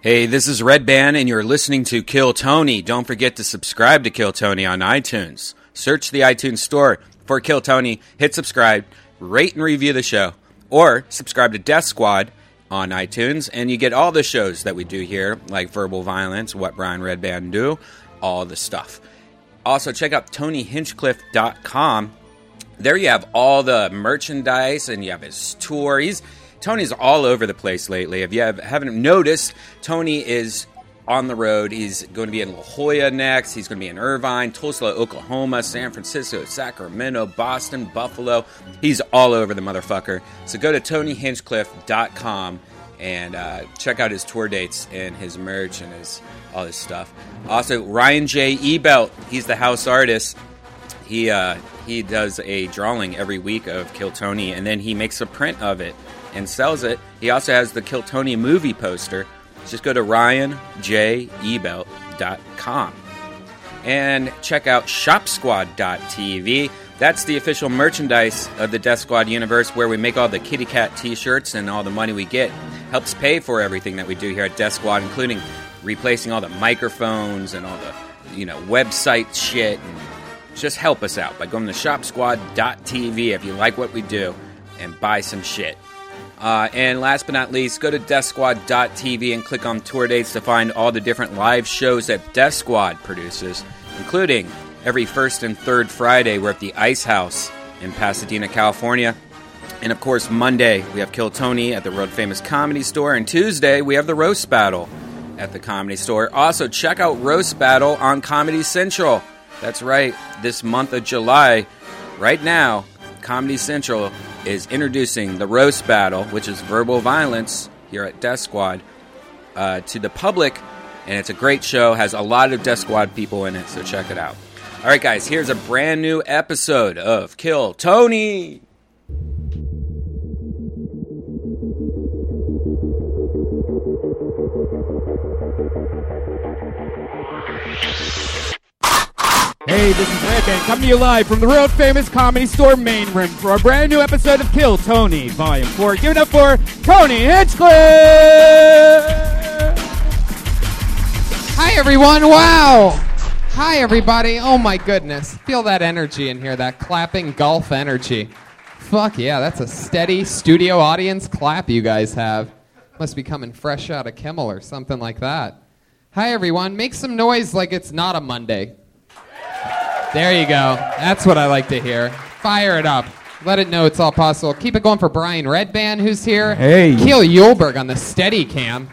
Hey, this is Red Band, and you're listening to Kill Tony. Don't forget to subscribe to Kill Tony on iTunes. Search the iTunes store for Kill Tony, hit subscribe, rate and review the show, or subscribe to Death Squad on iTunes, and you get all the shows that we do here, like Verbal Violence, What Brian Red Band Do, all the stuff. Also, check out TonyHinchcliffe.com there you have all the merchandise and you have his tour. He's Tony's all over the place lately. If you have, haven't noticed, Tony is on the road. He's going to be in La Jolla next. He's going to be in Irvine, Tulsa, Oklahoma, San Francisco, Sacramento, Boston, Buffalo. He's all over the motherfucker. So go to TonyHinchcliffe.com and uh, check out his tour dates and his merch and his all this stuff. Also, Ryan J. Ebelt, he's the house artist he uh, he does a drawing every week of Kill Tony, and then he makes a print of it and sells it. He also has the Kill Tony movie poster. Just go to ryanjebelt.com and check out shopsquad.tv. That's the official merchandise of the Death Squad universe where we make all the kitty cat t shirts and all the money we get helps pay for everything that we do here at Death Squad, including replacing all the microphones and all the you know website shit and just help us out by going to shopsquad.tv if you like what we do and buy some shit. Uh, and last but not least, go to DeathSquad.tv and click on tour dates to find all the different live shows that Death Squad produces, including every first and third Friday, we're at the Ice House in Pasadena, California. And of course, Monday, we have Kill Tony at the Road Famous Comedy Store. And Tuesday, we have the Roast Battle at the Comedy Store. Also, check out Roast Battle on Comedy Central. That's right, this month of July, right now, Comedy Central is introducing the Roast Battle, which is verbal violence here at Death Squad, uh, to the public. And it's a great show, has a lot of Death Squad people in it, so check it out. All right, guys, here's a brand new episode of Kill Tony. Hey, this is Red Band coming to you live from the world famous comedy store main room for a brand new episode of Kill Tony, Volume 4. Give it up for Tony Hinchcliffe! Hi, everyone. Wow. Hi, everybody. Oh, my goodness. Feel that energy in here, that clapping golf energy. Fuck yeah, that's a steady studio audience clap you guys have. Must be coming fresh out of Kimmel or something like that. Hi, everyone. Make some noise like it's not a Monday. There you go. That's what I like to hear. Fire it up. Let it know it's all possible. Keep it going for Brian Redban, who's here. Hey. Keel Yulberg on the steady cam.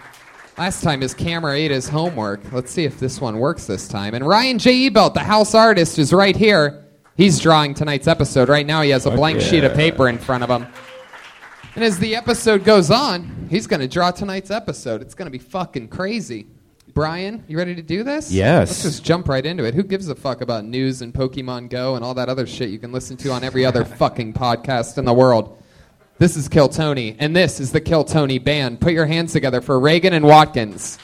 Last time his camera ate his homework. Let's see if this one works this time. And Ryan J. Ebelt, the house artist, is right here. He's drawing tonight's episode. Right now, he has a blank sheet of paper in front of him. And as the episode goes on, he's going to draw tonight's episode. It's going to be fucking crazy. Brian, you ready to do this? Yes. Let's just jump right into it. Who gives a fuck about news and Pokemon Go and all that other shit you can listen to on every other fucking podcast in the world? This is Kill Tony, and this is the Kill Tony Band. Put your hands together for Reagan and Watkins.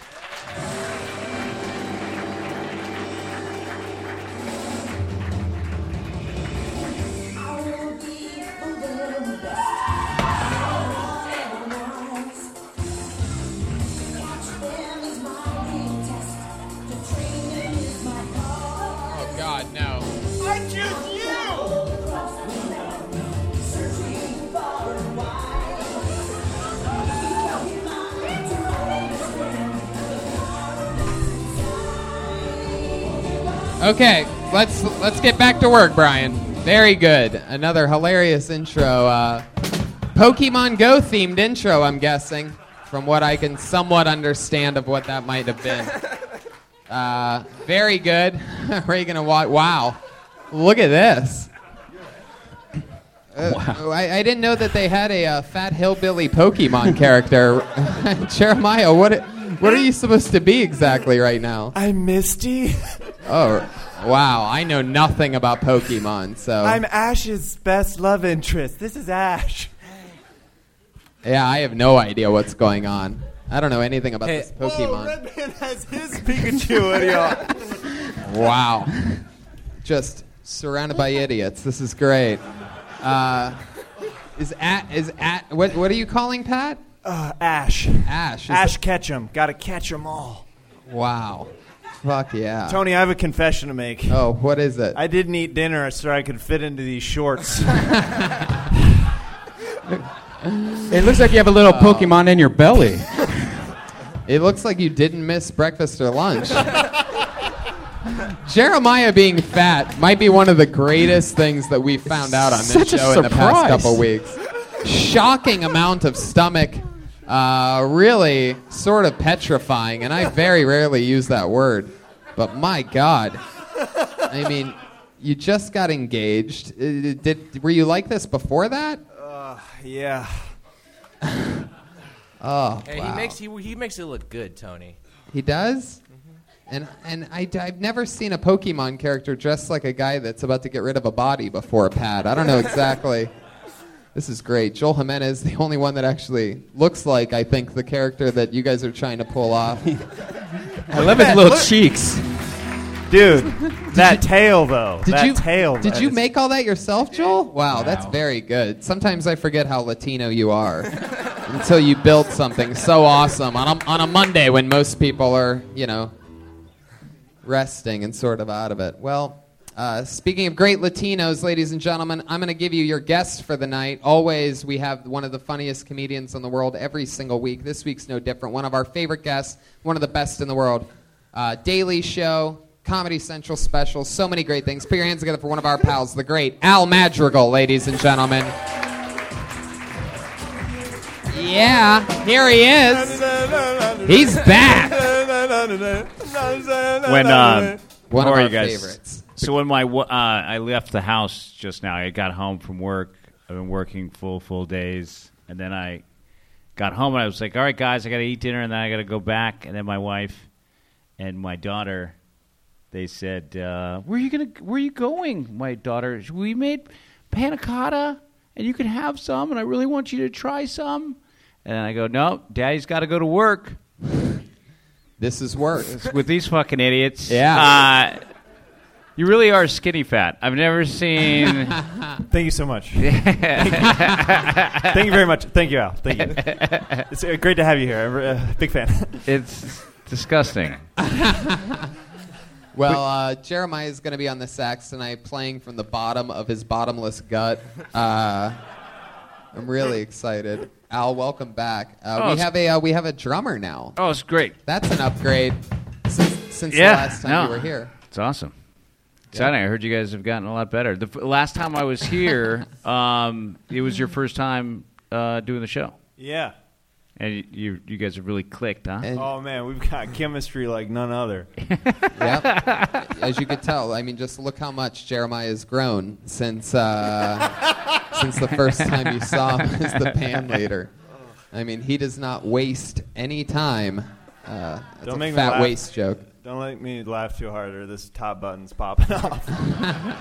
Oh God, no! I choose Okay, let's let's get back to work, Brian. Very good. Another hilarious intro. Uh, Pokemon Go themed intro, I'm guessing, from what I can somewhat understand of what that might have been. Uh, very good, Reagan and Watt. Wow, look at this. Uh, I, I didn't know that they had a uh, fat hillbilly Pokemon character. Jeremiah, what what are you supposed to be exactly right now? I'm Misty. Oh, wow. I know nothing about Pokemon, so. I'm Ash's best love interest. This is Ash. yeah, I have no idea what's going on. I don't know anything about Hey, this Pokemon. Redman oh, has his Pikachu and y'all. wow. Just surrounded by idiots. This is great. Uh, is at, is at, what, what are you calling Pat? Uh, Ash. Ash. is- Ash Ketchum. Gotta catch 'em all. Wow. Fuck yeah. Tony, I have a confession to make. Oh, what is it? I didn't eat dinner so I could fit into these shorts. It looks like you have a little Pokemon in your belly. Uh, It looks like you didn't miss breakfast or lunch. Jeremiah being fat might be one of the greatest things that we found out on this Such a show in the past surprise. couple weeks. Shocking amount of stomach, uh, really sort of petrifying, and I very rarely use that word, but my God, I mean, you just got engaged. Uh, Did were you like this before that? Uh, yeah. Oh, And wow. he makes he, he makes it look good, Tony. He does? And, and I, have never seen a Pokemon character dressed like a guy that's about to get rid of a body before, Pat. I don't know exactly. this is great. Joel Jimenez, the only one that actually looks like, I think, the character that you guys are trying to pull off. I love his that, little look. cheeks. Dude, that tail, though. Did that you, tail. did man. you make all that yourself, Joel? Wow, that's very good. Sometimes I forget how Latino you are until you build something so awesome on a, on a Monday when most people are, you know, resting and sort of out of it. Well, uh, speaking of great Latinos, ladies and gentlemen, I'm going to give you your guest for the night. Always, we have one of the funniest comedians in the world every single week. This week's no different. One of our favorite guests, one of the best in the world. Uh, Daily Show, Comedy Central special, so many great things. Put your hands together for one of our pals, the great Al Madrigal, ladies and gentlemen. Yeah, here he is. He's back. when um, how One of are our you guys? favorites. So when my wo- uh, I left the house just now, I got home from work. I've been working full full days, and then I got home and I was like, "All right, guys, I got to eat dinner, and then I got to go back." And then my wife and my daughter, they said, uh, "Where are you gonna? Where are you going?" My daughter, we made panna cotta, and you can have some, and I really want you to try some. And I go, "No, Daddy's got to go to work." This is work. with these fucking idiots. Yeah. Uh, you really are skinny fat. I've never seen. Thank you so much. Thank you very much. Thank you, Al. Thank you. It's uh, great to have you here. I'm a big fan. it's disgusting. Well, uh, Jeremiah is going to be on the sax tonight, playing from the bottom of his bottomless gut. Uh, I'm really excited. Al, welcome back. Uh, Oh, we it's- have a uh, we have a drummer now. Oh, it's great. That's an upgrade since, since Yeah, the last time no. you were here. It's awesome. Exciting. I heard you guys have gotten a lot better. The f- last time I was here, um, it was your first time uh, doing the show, yeah. and y- you you guys have really clicked, huh? And Oh man, we've got chemistry like none other. yep. as you could tell, I mean, just look how much Jeremiah has grown since uh, since the first time you saw him as the band leader. I mean, he does not waste any time. Uh, that's Don't a make me fat laugh. waste joke. Don't let me laugh too hard, or this top button's popping off.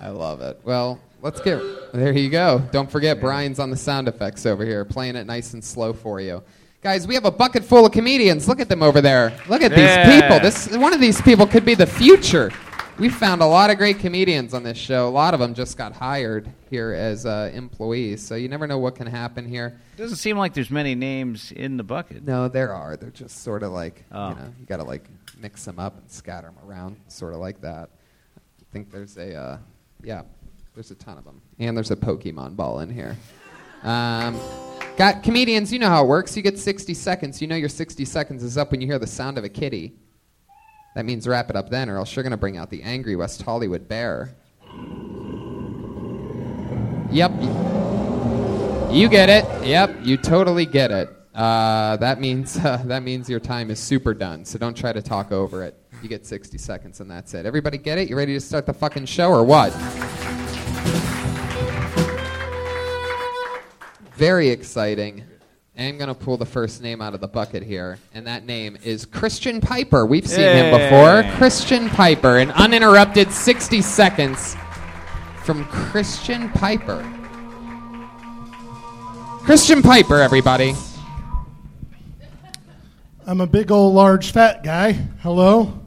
I love it. Well, let's get there. You go. Don't forget, Brian's on the sound effects over here, playing it nice and slow for you. Guys, we have a bucket full of comedians. Look at them over there. Look at these Yeah. people. This one of these people could be the future. We found a lot of great comedians on this show. A lot of them just got hired here as uh, employees, so you never know what can happen here. it doesn't seem like there's many names in the bucket. No, there are. They're just sort of like Oh. you know, you gotta like mix them up and scatter them around, sort of like that. I think there's a uh, yeah, there's a ton of them, and there's a Pokemon ball in here. Um, got comedians. You know how it works. You get 60 seconds. You know your 60 seconds is up when you hear the sound of a kitty. That means wrap it up then, or else you're gonna bring out the angry West Hollywood bear. Yep. You get it. Yep, you totally get it. Uh, that means uh, that means your time is super done. So don't try to talk over it. You get 60 seconds and that's it. Everybody get it? You ready to start the fucking show or what? Very exciting. I'm gonna pull the first name out of the bucket here, and that name is Christian Piper. We've seen him Yay. before. Christian Piper, an uninterrupted 60 seconds from Christian Piper. Christian Piper, everybody. I'm a big old large fat guy. Hello.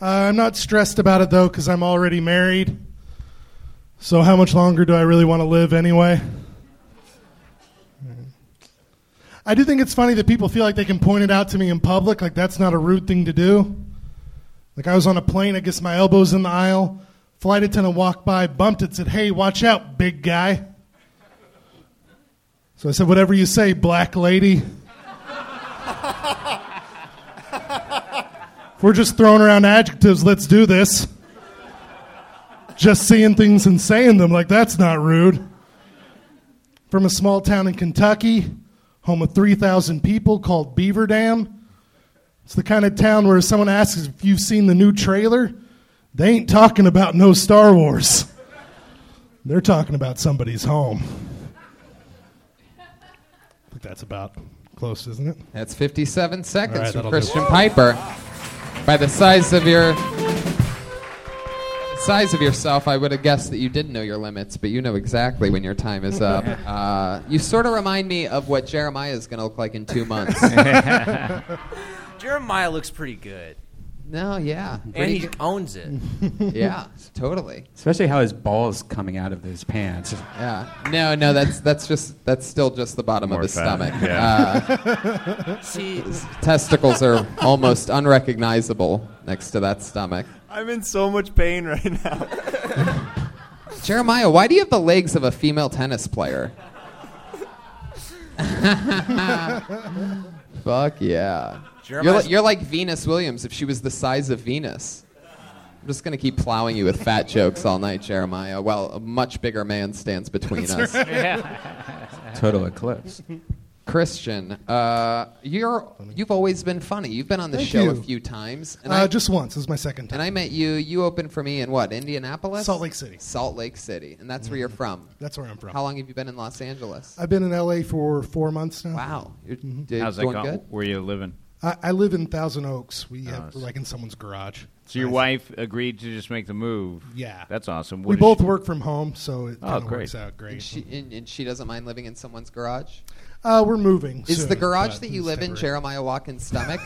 Uh, I'm not stressed about it though because I'm already married. So how much longer do I really want to live anyway? I do think it's funny that people feel like they can point it out to me in public. Like that's not a rude thing to do. Like I was on a plane. I guess my elbow's in the aisle. Flight attendant walked by, bumped it, said, "Hey, watch out, big guy." So I said, "Whatever you say, black lady." if we're just throwing around adjectives, let's do this. Just seeing things and saying them like that's not rude. From a small town in Kentucky, home of 3,000 people called Beaver Dam. It's the kind of town where if someone asks if you've seen the new trailer, they ain't talking about no Star Wars. They're talking about somebody's home. I think that's about close, isn't it? That's 57 seconds All right, from that'll do it. Christian Piper. By the size of your size of yourself, I would have guessed that you did know your limits, but you know exactly when your time is up. Uh, you sort of remind me of what Jeremiah is going to look like in two months. Jeremiah looks pretty good. no, yeah, and Pretty he owns it. good. yeah, totally. Especially how his ball's coming out of his pants. Yeah. No, no, that's that's just that's still just the bottom More of his fat, stomach. yeah. Uh, See, testicles are almost unrecognizable next to that stomach. I'm in so much pain right now. Jeremiah, why do you have the legs of a female tennis player? Fuck yeah. You're, li- Jeremiah's- you're like Venus Williams if she was the size of Venus. I'm just going to keep plowing you with fat jokes all night, Jeremiah, while a much bigger man stands between us. Total eclipse. Christian, uh, you're, you've always been funny. You've been on the Thank show a you. few times. And, Uh, I, just once. This is my second time. and I met you. You opened for me in what, Indianapolis? Salt Lake City. Mm-hmm. Salt Lake City. And that's where you're from. That's where I'm from. How long have you been in Los Angeles? I've been in LA for four months now. Wow, you're d- How's that doing going? good. Where you living? I, I live in Thousand Oaks. We have, Nice. we're like in someone's garage. So your Nice. wife agreed to just make the move. Yeah. that's awesome. What We is both she- work from home, so it Oh, kind of great. works out And great. she, and, and she doesn't mind living in someone's garage. uh, we're moving. Is soon, the garage but that you it's live in temporary. Jeremiah Watkins' stomach?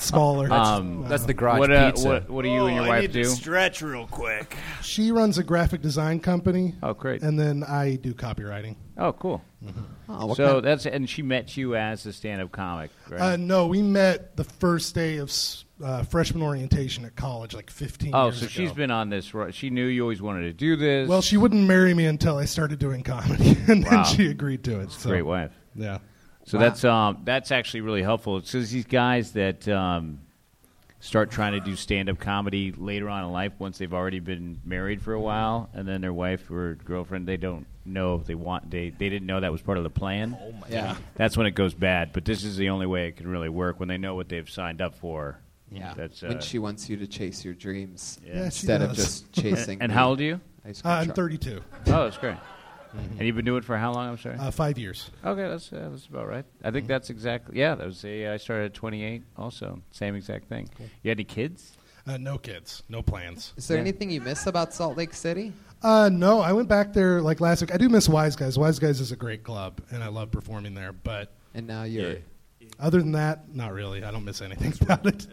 Smaller. Oh, Um, Uh, that's the garage What, uh, pizza. what what do you and your Oh, I wife need do? to stretch real quick. she runs a graphic design company, oh, great. and then I do copywriting. oh, cool. Oh, what so kind- that's and she met you as a stand-up comic, Uh, right? no, we met the first day of s- uh, freshman orientation at college, like 15 oh, years so ago. she's been on this. ro- She knew you always wanted to do this. Well, she wouldn't marry me until I started doing comedy, and then Wow. she agreed to it. So, great wife. Yeah. So that's um, that's actually really helpful. It's 'cause these guys that um, start trying to do stand-up comedy later on in life, once they've already been married for a while, and then their wife or girlfriend, they don't know if they want they they didn't know that was part of the plan. yeah, That's when it goes bad. But this is the only way it can really work when they know what they've signed up for. yeah. that's uh, when she wants you to chase your dreams Yeah, she instead of does. just chasing. and the how old are you? ice cream Uh, I'm truck. Mm-hmm. 32. Oh, that's great. And you've been doing it for how long? I'm sorry. Uh, five years. okay, that's uh, that's about right. I think that's exactly. Yeah, that was. A, I started at 28. Also, same exact thing. You had any kids? Uh, no kids. No plans. Is there anything you miss about Salt Lake City? Uh, no, I went back there like last week. I do miss Wise Guys. Wise Guys is a great club, and I love performing there. But And now you're other than that, not really. I don't miss anything about it.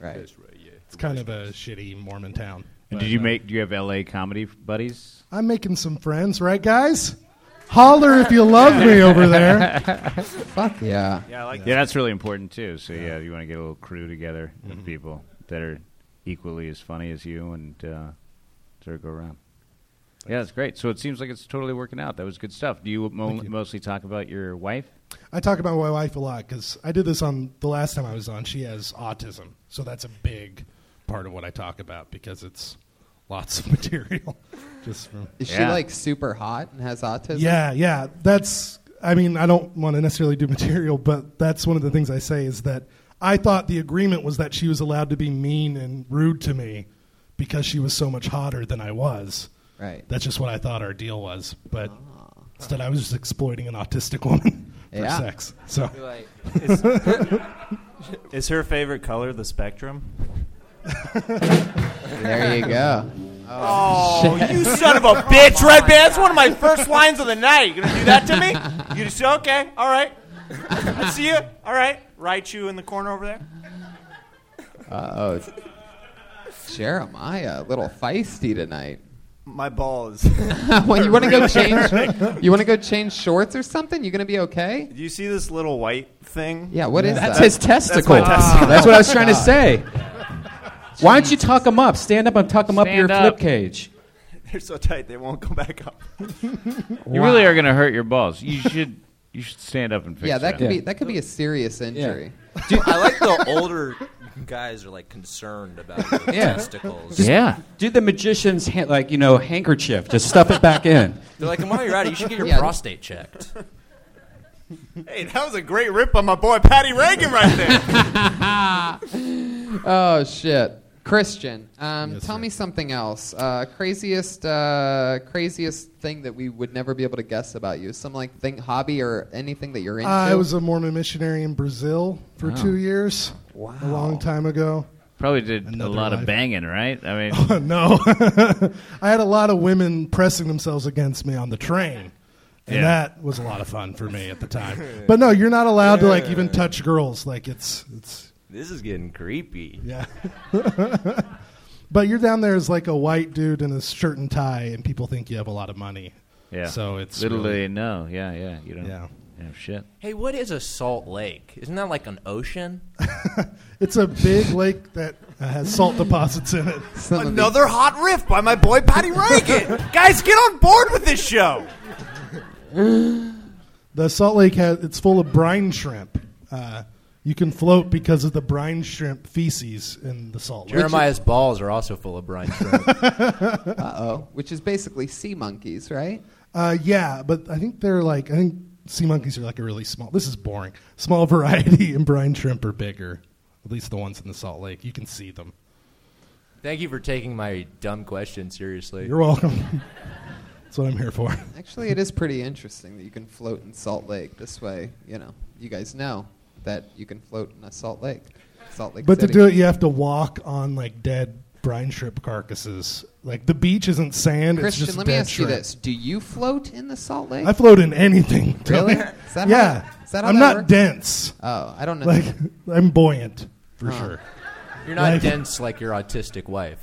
right. It's kind of a shitty Mormon town. And But, did you uh, make? Do you have LA comedy buddies? I'm making some friends, right, guys? Holler if you love me over there. Fuck yeah. Yeah, I like Yeah, that's really important too. So yeah, you want to get a little crew together of people that are equally as funny as you and uh, sort of go around. Yeah, that's great. So it seems like it's totally working out. That was good stuff. Do you, mo- mostly talk about your wife? I talk about my wife a lot because I did this on the last time I was on. She has autism, so that's a big part of what I talk about because it's lots of material. Just Hmm. from Is she Yeah. like super hot and has autism? yeah, yeah. That's. I mean, I don't want to necessarily do material, but that's one of the things I say is that I thought the agreement was that she was allowed to be mean and rude to me because she was so much hotter than I was. Right. Ah. That's just what I thought our deal was, but instead I was just exploiting an autistic woman for Yeah. sex. So Is, is her favorite color the spectrum? There you go. Oh, you son of a bitch, Red Band. That's one of my first lines of the night. You gonna do that to me? You just okay? All right. I see you. All right. Right, you in the corner over there. Oh, Jeremiah, a little feisty tonight. My balls. well, you want to go change? You want to go change shorts or something? You gonna be okay? Do you see this little white thing? Yeah, what is That's that? his That's my testicle. testicle. That's what I was trying to say. Why don't you tuck them up? Stand up and tuck them up Stand your up. flip cage. They're so tight they won't come back up. You really are going to hurt your balls. You should you should stand up and fix Yeah, that it. could Yeah. be that could be a serious injury. I like the older guys are like concerned about their Yeah. testicles. yeah. Do the magician's ha- like you know handkerchief? Just stuff it back in. They're like, while you're at it, you should get your Yeah. prostate checked. Hey, that was a great rip on my boy Patty Reagan right there. Oh shit, Christian. Um, tell me something else. Uh, craziest, uh, craziest thing that we would never be able to guess about you. Some like thing, hobby, or anything that Uh, you're into. I was a Mormon missionary in Brazil for Oh. two years. Wow. A long time ago. Probably did Another a lot life. of banging, right? I mean, Oh, no. I had a lot of women pressing themselves against me on the train. And Yeah. that was a lot of fun for me at the time. But no, you're not allowed to like even touch girls. Like it's it's This is getting creepy. yeah. but you're down there as like a white dude in a shirt and tie and people think you have a lot of money. yeah. So it's little do really- they know. Yeah, yeah. You don't. Yeah. Yeah. shit. Hey, what is a salt lake? Isn't that like an ocean? It's a big lake that uh, has salt deposits in it. Some of these- Another hot riff by my boy Patty Reagan. Guys, get on board with this show. The Salt Lake has it's full of brine shrimp. Uh, you can float because of the brine shrimp feces in the salt lake. Jeremiah's balls are also full of brine shrimp. Uh-oh. which is basically sea monkeys, right? Uh, yeah, but I think they're like I think sea monkeys are like a really small. This is boring. Small variety, and brine shrimp are bigger. At least the ones in the Salt Lake, you can see them. Thank you for taking my dumb question seriously. You're welcome. That's what I'm here for. Actually, it is pretty interesting that you can float in Salt Lake. This way, you know, you guys know that you can float in a Salt Lake. Salt Lake. But to City. do it, you have to walk on like dead brine shrimp carcasses. Like the beach isn't sand; Christian, it's just let me dead ask shrimp. you this: Do you float in the Salt Lake? I float in anything. Really? Tony. Is that how yeah. that- is that how I'm that not works? dense. oh, I don't know. Like I'm buoyant for Huh. sure. You're not Life- dense like your autistic wife.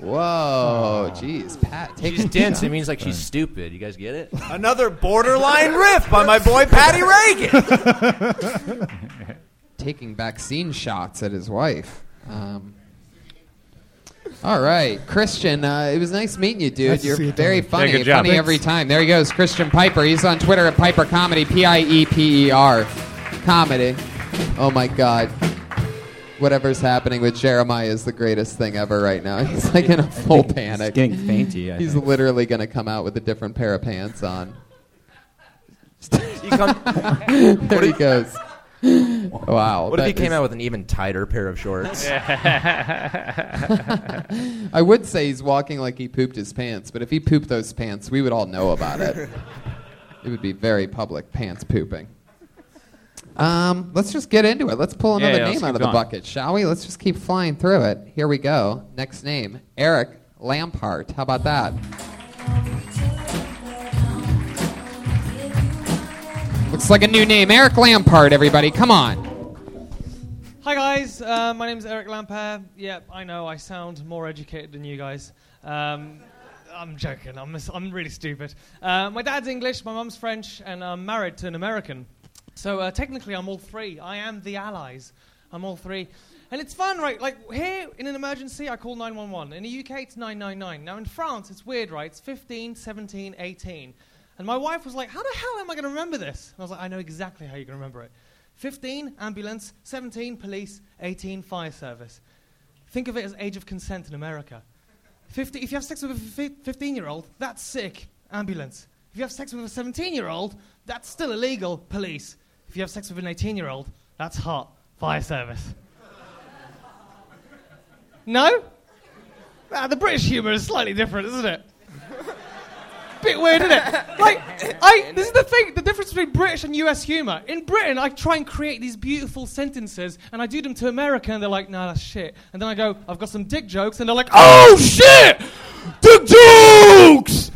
Whoa, jeez, Pat, take She's dense. It means like she's stupid. You guys get it? Another borderline riff by my boy Patty Reagan. taking vaccine shots at his wife. Um, all right, Christian. Uh, it was nice meeting you, dude. Nice to You're see you, very Tony. funny, Yeah, good job. funny Thanks. every time. There he goes, Christian Piper. He's on Twitter at Piper Comedy, P I E P E R, comedy. Oh my God, whatever's happening with Jeremiah is the greatest thing ever right now. He's like in a full panic. Getting fainty. I He's think. literally gonna come out with a different pair of pants on. You come- There he goes. Wow. what if he that came is- out with an even tighter pair of shorts? I would say he's walking like he pooped his pants, but if he pooped those pants, we would all know about it. it would be very public pants pooping. Um, let's just get into it. Let's pull Yeah, another yeah, let's name keep out of going. the bucket, shall we? Let's just keep flying through it. Here we go. Next name Eric Lampart. How about that? Looks like a new name. Eric Lampart, everybody. Come on. Hi guys, uh, my name's Eric Lampere. Yep, I know I sound more educated than you guys. Um, I'm joking. I'm I'm really stupid. Uh, my dad's English, my mum's French, and I'm married to an American. So uh, technically, I'm all three. I am the allies. I'm all three, and it's fun, right? Like here in an emergency, I call 911. In the UK, it's 999. Now in France, it's weird, right? It's 15, 17, 18. And my wife was like, "How the hell am I going to remember this?" And I was like, "I know exactly how you're going to remember it." 15 ambulance, 17 police, 18 fire service. Think of it as age of consent in America. 50, if you have sex with a 15 year old, that's sick, ambulance. If you have sex with a 17 year old, that's still illegal, police. If you have sex with an 18 year old, that's hot, fire service. no? Ah, the British humour is slightly different, isn't it? bit weird, isn't it? Like, I, this is the thing, the difference between British and US humour. In Britain, I try and create these beautiful sentences, and I do them to America, and they're like, nah, that's shit. And then I go, I've got some dick jokes, and they're like, oh shit! Dick jokes!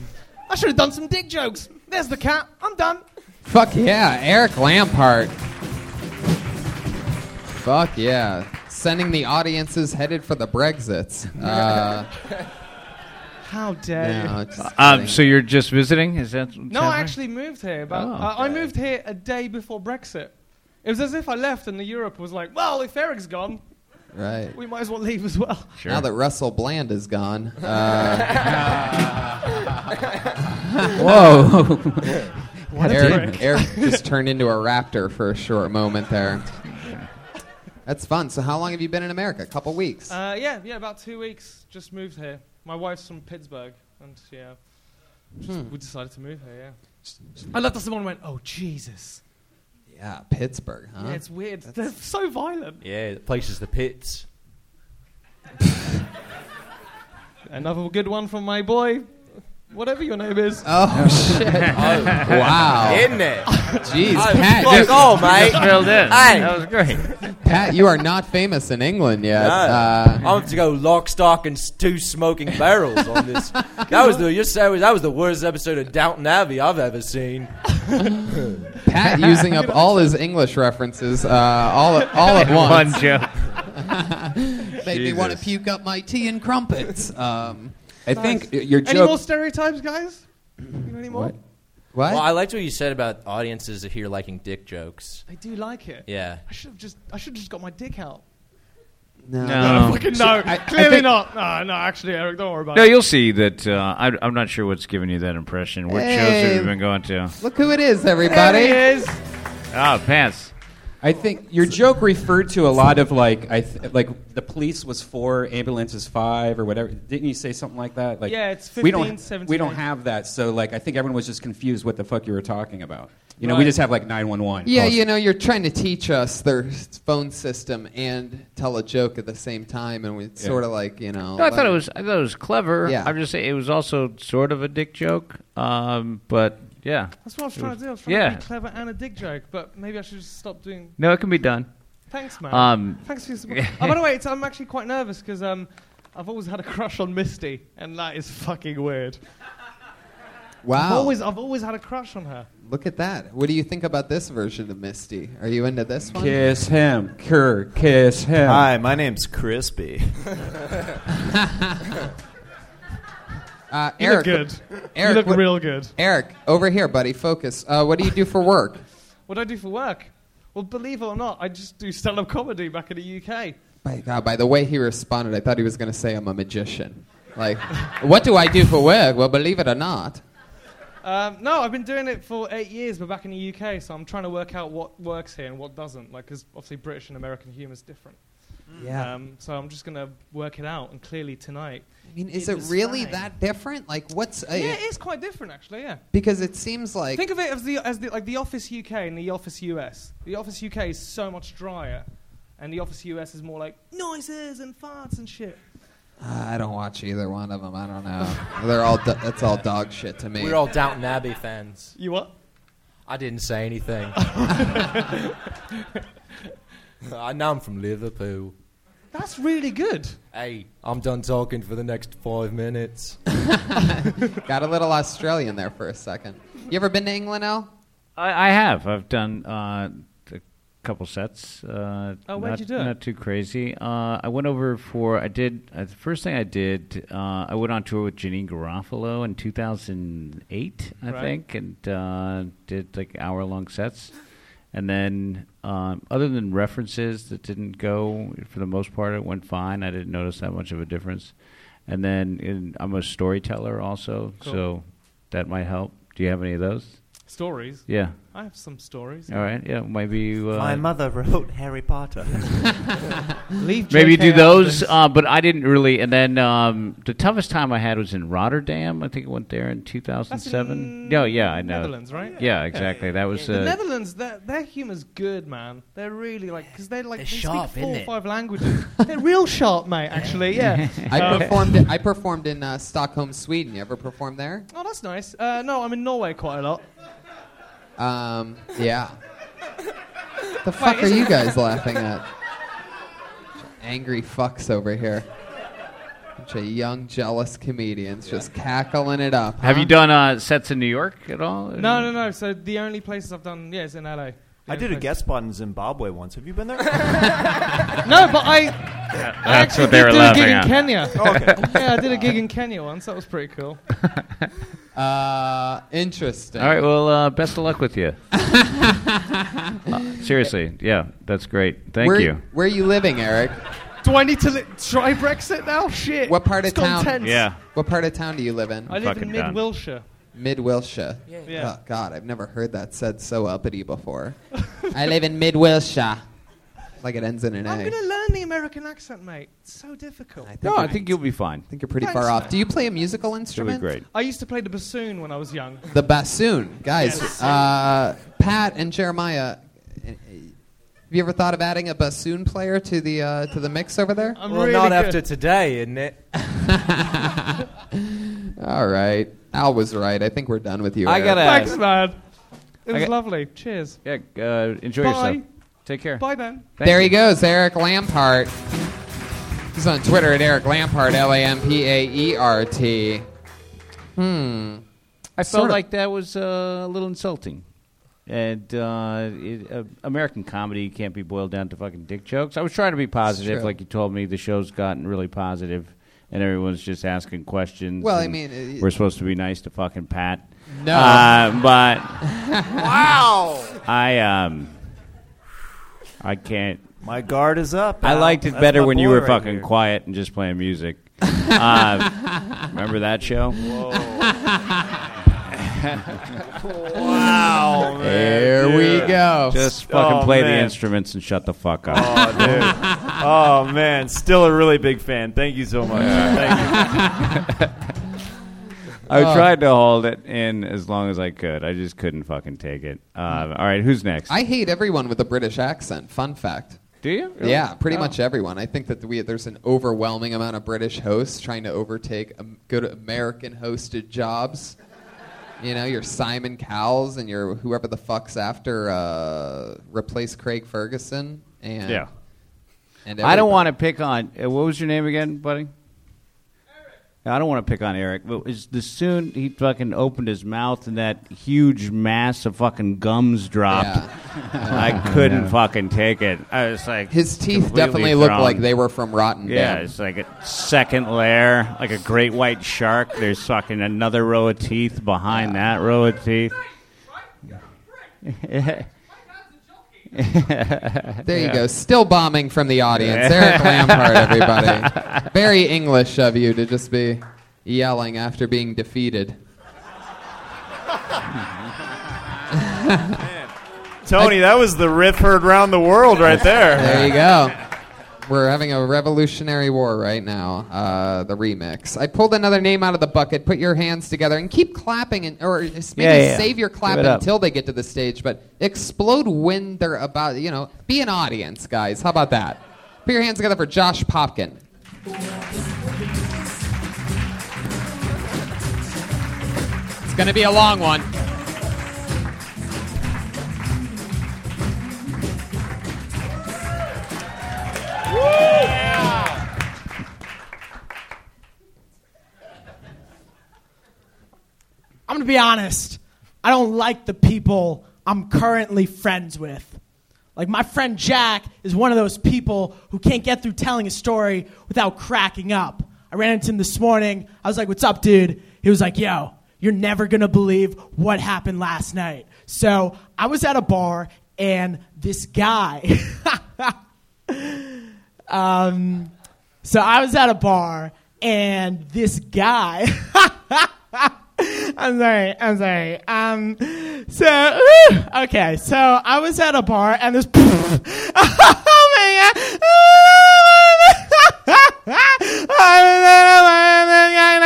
I should have done some dick jokes. There's the cat. I'm done. Fuck yeah, Eric Lampart. Fuck yeah. Sending the audiences headed for the Brexits. Uh, How dare No, you? it's Um, so you're just visiting? Is that No, I actually moved here. About, Oh. uh, I moved here a day before Brexit. It was as if I left and the Europe was like, well, if Eric's gone, Right. we might as well leave as well. Now that Russell Bland is gone. Uh, Whoa. What a Eric, dick. Eric just turned into a raptor for a short moment there. That's fun. So, how long have you been in America? A couple weeks. Uh, yeah, yeah, about two weeks. Just moved here. My wife's from Pittsburgh, and yeah, just, we decided to move here. Yeah, Hmm. I left us someone went, oh Jesus. Yeah, Pittsburgh, huh? Yeah, it's weird. They're so violent. Yeah, the place is the pits. Another good one from my boy, whatever your name is. Oh shit! wow, Isn't it? Jeez, I was Pat, like, you're- "Oh, mate." Just filled in. Hey. That was great. Pat, you are not famous in England yet. No. Uh, I'm to go lock, stock, and s- two smoking barrels on this. that was the you say that was the worst episode of Downton Abbey I've ever seen. Pat using up all his English references uh, all at, all at In once. one joke. Made me want to puke up my tea and crumpets. Um, I think your Any more stereotypes, guys? You know any more? What? Well, I liked what you said about audiences here liking dick jokes. They do like it. Yeah. I should have just. I should have just got my dick out. No. No. fucking no. I- I Clearly think- not. No, no. Actually, Eric, don't worry about No, it. you'll see that. Uh, I, I'm not sure what's giving you that impression. What shows Hey. have you been going to? Look who it is, everybody. There he is. Oh, pants. I think your joke referred to a lot of like I th- like the police was four, ambulances five, or whatever. Didn't you say something like that? Like Yeah, it's we don't 15, 17, we don't have that. So like I think everyone was just confused what the fuck you were talking about. You know, Right. we just have like nine one one. Yeah, you know, you're trying to teach us their s- phone system and tell a joke at the same time, and we Yeah. sort of like, you know. No, I let thought it me- was. I thought it was clever. Oh, Yeah. I'm just saying it was also sort of a dick joke. Um, but yeah, That's what I was It trying was- to do. I was trying yeah. to be clever and a dick joke, but maybe I should just stop doing. No, it can be done. Thanks, man. Um, Thanks for your support. oh, by the way, it's, I'm actually quite nervous because um, I've always had a crush on Misty, and that is fucking weird. I've Wow. always, I've always had a crush on her. Look at that. What do you think about this version of Misty? Are you into this one? Kiss him, Kerr. Kiss him. Hi, my name's Crispy. Uh, You Eric, look good. You Eric, look what- real good. Eric, over here, buddy. Focus. Uh, what do you do for work? What do I do for work? Well, believe it or not, I just do stand-up comedy back in the UK. By God, by the way he responded, I thought he was going to say I'm a magician. Like, what do I do for work? Well, believe it or not. Um, no, I've been doing it for eight years, but back in the UK, so I'm trying to work out what works here and what doesn't. Like, because obviously British and American humour is different. Yeah. Um, so I'm just gonna work it out, and clearly tonight. I mean, is it, really that different? Like, what's uh, Yeah, it is quite different, actually. Yeah. because it seems like Think of it as the as the like the Office UK and the Office US. The Office UK is so much drier, and the Office US is more like noises and farts and shit. Uh, I don't watch either one of them. I don't know. They're all do- that's all dog shit to me. We're all Downton Abbey fans. You what? I didn't say anything. I know I'm from Liverpool. That's really good. Hey, I'm done talking for the next five minutes. Got a little Australian there for a second. You ever been to England, Al? I, I have. I've done uh, a couple sets. Uh, Oh, where'd not- you do it? Not too crazy. Uh, I went over for. I did uh, the first thing I did. Uh, I went on tour with Janine Garofalo in 2008, I Right. think, and uh, did like hour long sets. And then, um, other than references that didn't go for the most part, it went fine. I didn't notice that much of a difference. And then in, I'm a storyteller also, Cool. so that might help. Do you have any of those? Stories. Yeah. I have some stories. All right. Yeah. Maybe you. Uh, my mother wrote Harry Potter. Leave maybe JK do out of those. this. Uh, but I didn't really. And then um, the toughest time I had was in Rotterdam. I think I went there in 2007. No. Yeah. I know. Netherlands, right? Yeah. Exactly. That was. the Uh, Netherlands, their, their humor's good, man. They're really like, because they're like, they sharp, speak four isn't or it? five languages. they're real sharp, mate, actually, yeah. I Um, performed. I performed in uh, Stockholm, Sweden. You ever performed there? Oh, that's nice. Uh, no, I'm in Norway quite a lot. Um, yeah. The fuck are isn't- you guys laughing at? Bunch of Angry fucks over here. Bunch of young, jealous comedians just cackling it up. have you done uh, sets in New York at all? No, no, no. So the only places I've done, yeah, is in LA. I did a guest spot in Zimbabwe once. Have you been there? No, but I. I That's actually what they did were do a gig laughing in at. Kenya. Oh, okay. yeah, I did a gig in Kenya once. That was pretty cool. Uh, interesting. All right. Well, uh, best of luck with you. Uh, seriously, yeah, that's great. Thank where, you. Where are you living, Eric? Do I need to li- try Brexit Oh, now? Shit. What part of It's gone town? tense. What part of town do you live in? I live in Fucking done. mid-Wilshire. Mid Wilshire. Yeah. Yeah. God, I've never heard that said so uppity before. I live in mid Wilshire. Like it ends in an I'm A. gonna learn the American accent, mate. It's so difficult. No, I think you'll be fine. I think you're pretty far off. Do you play a musical instrument? great. I used to play the bassoon when I was young. The bassoon, guys. Yes. Uh, Pat and Jeremiah, uh, have you ever thought of adding a bassoon player to the uh, to the mix over there? well, not after today, isn't it? All right, Al was right. I think we're done with you. I Eric. gotta- Thanks, man. It I was got- lovely. Cheers. Yeah. Uh, enjoy Bye. yourself. Take care. Bye, Ben. there he goes, Eric Lampart. He's on Twitter at Eric Lampart, L A M P A E R T. Hmm. I felt Sort of- like that was uh, a little insulting. And uh, it, uh, American comedy can't be boiled down to fucking dick jokes. I was trying to be positive, true. like you told me. The show's gotten really positive, and everyone's just asking questions. Well, I and mean, it- we're supposed to be nice to fucking Pat. No. uh, but wow. I um, I can't. My guard is up. I Al. liked it That's better my when boy you were right fucking here. quiet and just playing music. uh, remember that show? wow. There dude. we go. Just fucking play the instruments and shut the fuck up. Oh, dude. oh, man. Still a really big fan. Thank you so much. Thank you. I Oh. tried to hold it in as long as I could. I just couldn't fucking take it. Um, all right, who's next? I hate everyone with a British accent. Fun fact. Do you? Yeah, pretty Oh. much everyone. I think that we there's an overwhelming amount of British hosts trying to overtake um, good American hosted jobs. You know, your Simon Cowell's and your whoever the fuck's after uh, replace Craig Ferguson and Yeah. And I don't everybody. want to pick on. uh, What was your name again, buddy? I don't want to pick on Eric, but as the soon he fucking opened his mouth and that huge mass of fucking gums dropped, I couldn't Yeah. fucking take it. I was like, His teeth completely definitely look thrown. like they were from rotten. Yeah, Damn. it's like a second layer, like a great white shark. There's fucking another row of teeth behind that row of teeth. there There you go. Still bombing from the audience. Eric Lampard, everybody. Very English of you to just be yelling after being defeated. Tony, that was the riff heard round the world right there. There you go. We're having a revolutionary war right now. Uh, the remix. I pulled another name out of the bucket. Put your hands together and keep clapping, and or just maybe Yeah, yeah, yeah. save your Give it clap up. until they get to the stage. But explode when they're about. You know, be an audience, guys. How about that? Put your hands together for Josh Popkin. It's gonna be a long one. I'm gonna be honest. I don't like the people I'm currently friends with. Like my friend Jack is one of those people who can't get through telling a story without cracking up. I ran into him this morning. I was like, "What's up, dude?" He was like, "Yo, you're never gonna believe what happened last night." So I was at a bar and this guy. um, so I was at a bar and this guy. I'm sorry. I'm sorry. Um, so whew, okay. So I was at a bar and this. oh my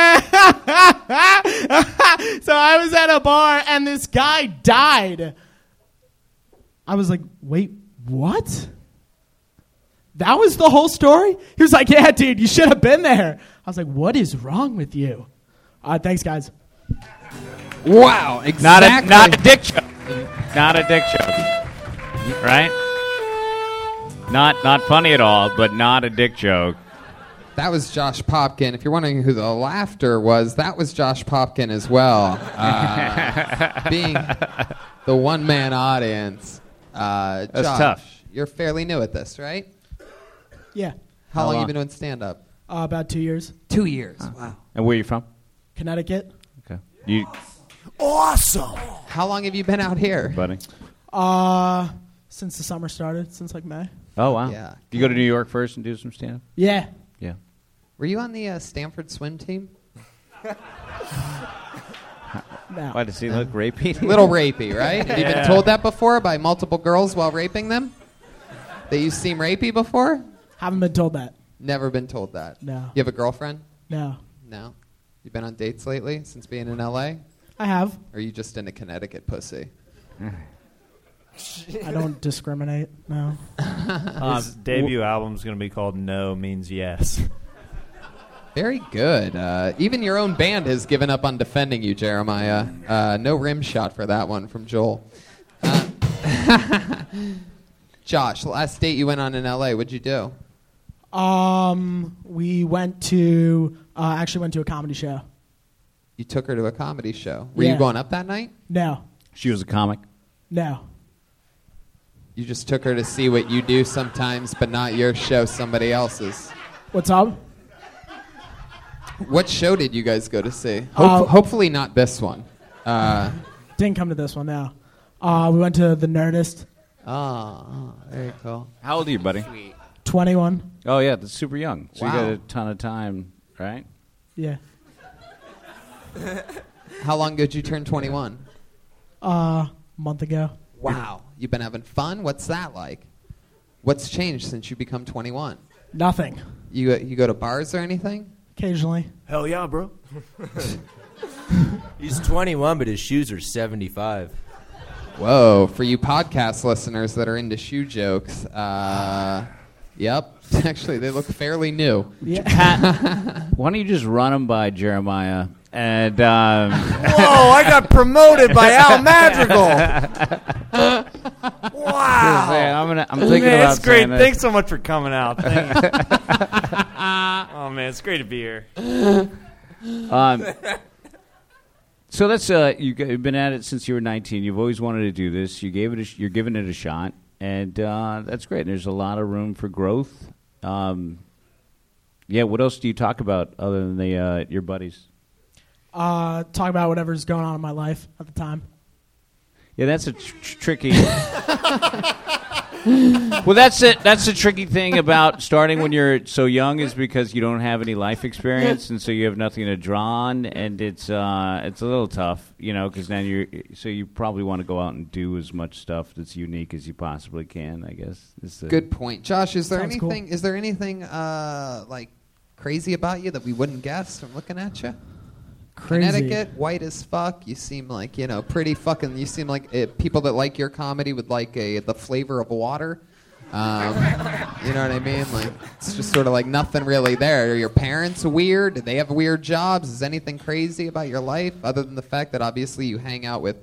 god. so I was at a bar and this guy died. I was like, wait, what? That was the whole story? He was like, yeah, dude, you should have been there. I was like, what is wrong with you? Uh, thanks, guys. Wow, Not a not a dick joke. Not a dick joke. Right? Not not funny at all, but not a dick joke. That was Josh Popkin. If you're wondering who the laughter was, that was Josh Popkin as well. Uh, being the one man audience. Uh, Uh, That's Josh, tough. You're fairly new at this, right? Yeah. How, How long, long? you been doing stand up? Uh, about two years. Two years. Wow. And where are you from? Connecticut. Okay. You, Awesome. How long have you been out here? buddy. Uh, since the summer started, since like May. Oh wow. Yeah. Do you go to New York first and do some stand up? Yeah. Yeah. Were you on the uh, Stanford swim team? No. Why does he look rapey? Little rapey, right? Have you been Yeah. told that before by multiple girls while raping them? That you seem rapey before? Haven't been told that. Never been told that. No. You have a girlfriend? No. No. You been on dates lately since being in LA? I have. Or are you just into Connecticut pussy? I don't discriminate. No. His debut album's going to be called No Means Yes. Very good. Uh, even your own band has given up on defending you, Jeremiah. Uh, no rim shot for that one from Joel. Uh, Josh, last date you went on in LA, what'd you do? Um, we went to uh, actually went to a comedy show. You took her to a comedy show. Were you Yeah. going up that night? No, She was a comic. no. You just took her to see what you do sometimes, but not your show, somebody else's. What's up? What show did you guys go to see? Hope- Uh, hopefully not this one. Uh, Didn't come to this one. No. Uh, we went to the Nerdist. oh, very cool. How old are you, buddy? Twenty-one. Oh yeah, that's super young. So you Wow. got a ton of time, right? Yeah. How long ago did you turn 21? Uh, month ago. Wow. You've been having fun? What's that like? What's changed since you become 21? Nothing. You, you go to bars or anything? Occasionally. Hell yeah, bro. He's 21, but his shoes are 75. Whoa, for you podcast listeners that are into shoe jokes, uh, yep. Actually, they look fairly new. Pat, why don't you just run them by Jeremiah? And um, Whoa, I got promoted by Al Madrigal. Just saying, I'm gonna. I'm thinking man, about It's great. saying that. Thanks so much for coming out. Thank you. oh man, it's great to be here. Um, so that's uh, you, g- you've been at it since you were 19. You've always wanted to do this. You gave it. A sh- you're giving it a shot, and uh, that's great. And there's a lot of room for growth. Um, yeah. What else do you talk about other than the uh, your buddies? Uh, talk about whatever's going on in my life at the time. Yeah, that's a tr- tr- tricky. well, that's it. That's the tricky thing about starting when you're so young is because you don't have any life experience, and so you have nothing to draw on, and it's uh, it's a little tough, you know, because then you're so you probably want to go out and do as much stuff that's unique as you possibly can. I guess. Is the- Good point. Josh, is there Sounds cool. anything is there anything uh, like crazy about you that we wouldn't guess from looking at you? Crazy. Connecticut, white as fuck. You seem like, you know, pretty fucking you seem like uh people that like your comedy would like a the flavor of water. Um, you know what I mean? Like it's just sort of like nothing really there. Are your parents weird? Do they have weird jobs? Is anything crazy about your life other than the fact that obviously you hang out with,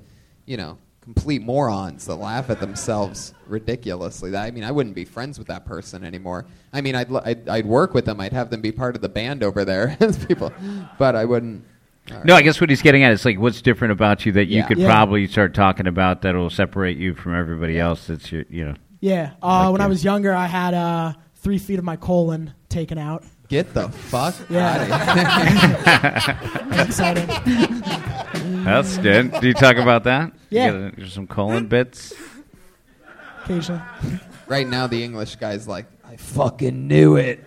you know, complete morons that laugh at themselves ridiculously. That I mean, I wouldn't be friends with that person anymore. I mean, I'd l- I'd, I'd work with them. I'd have them be part of the band over there, as people, but I wouldn't. No, I guess what he's getting at is like, what's different about you that you Yeah. could Yeah. probably start talking about that will separate you from everybody else? That's your, you know. Yeah. Uh, when I was younger, I had uh, three feet of my colon taken out. Get the fuck Yeah. That's exciting. That's good. Do you talk about that? You Yeah. got a- there's some colon bits. Occasionally. Right now, the English guy's like, I fucking knew it.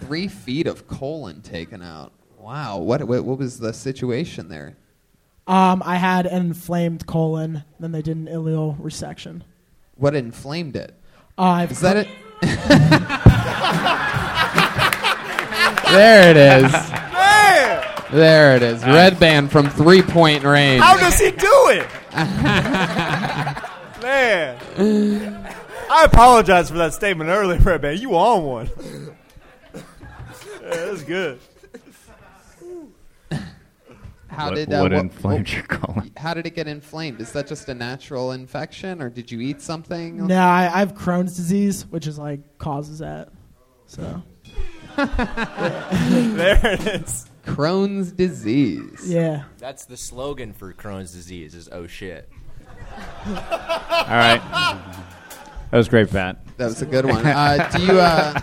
Three feet of colon taken out. Wow, what, what what was the situation there? Um, I had an inflamed colon. Then they did an ileal resection. What inflamed it? Uh, I've Is that it? there it is. There it is. Red band from three point range. How does he do it? Man. I apologize for that statement earlier, Red Man. You on one. Yeah, that's good. How What- did what wha- inflamed your colon? How did it get inflamed? Is that just a natural infection, or did you eat something? No, I, I have Crohn's disease, which is like causes that. So there it is. Crohn's disease. Yeah. That's the slogan for Crohn's disease is oh shit. All right. That was great, Pat. That was a good one. Uh, do you uh,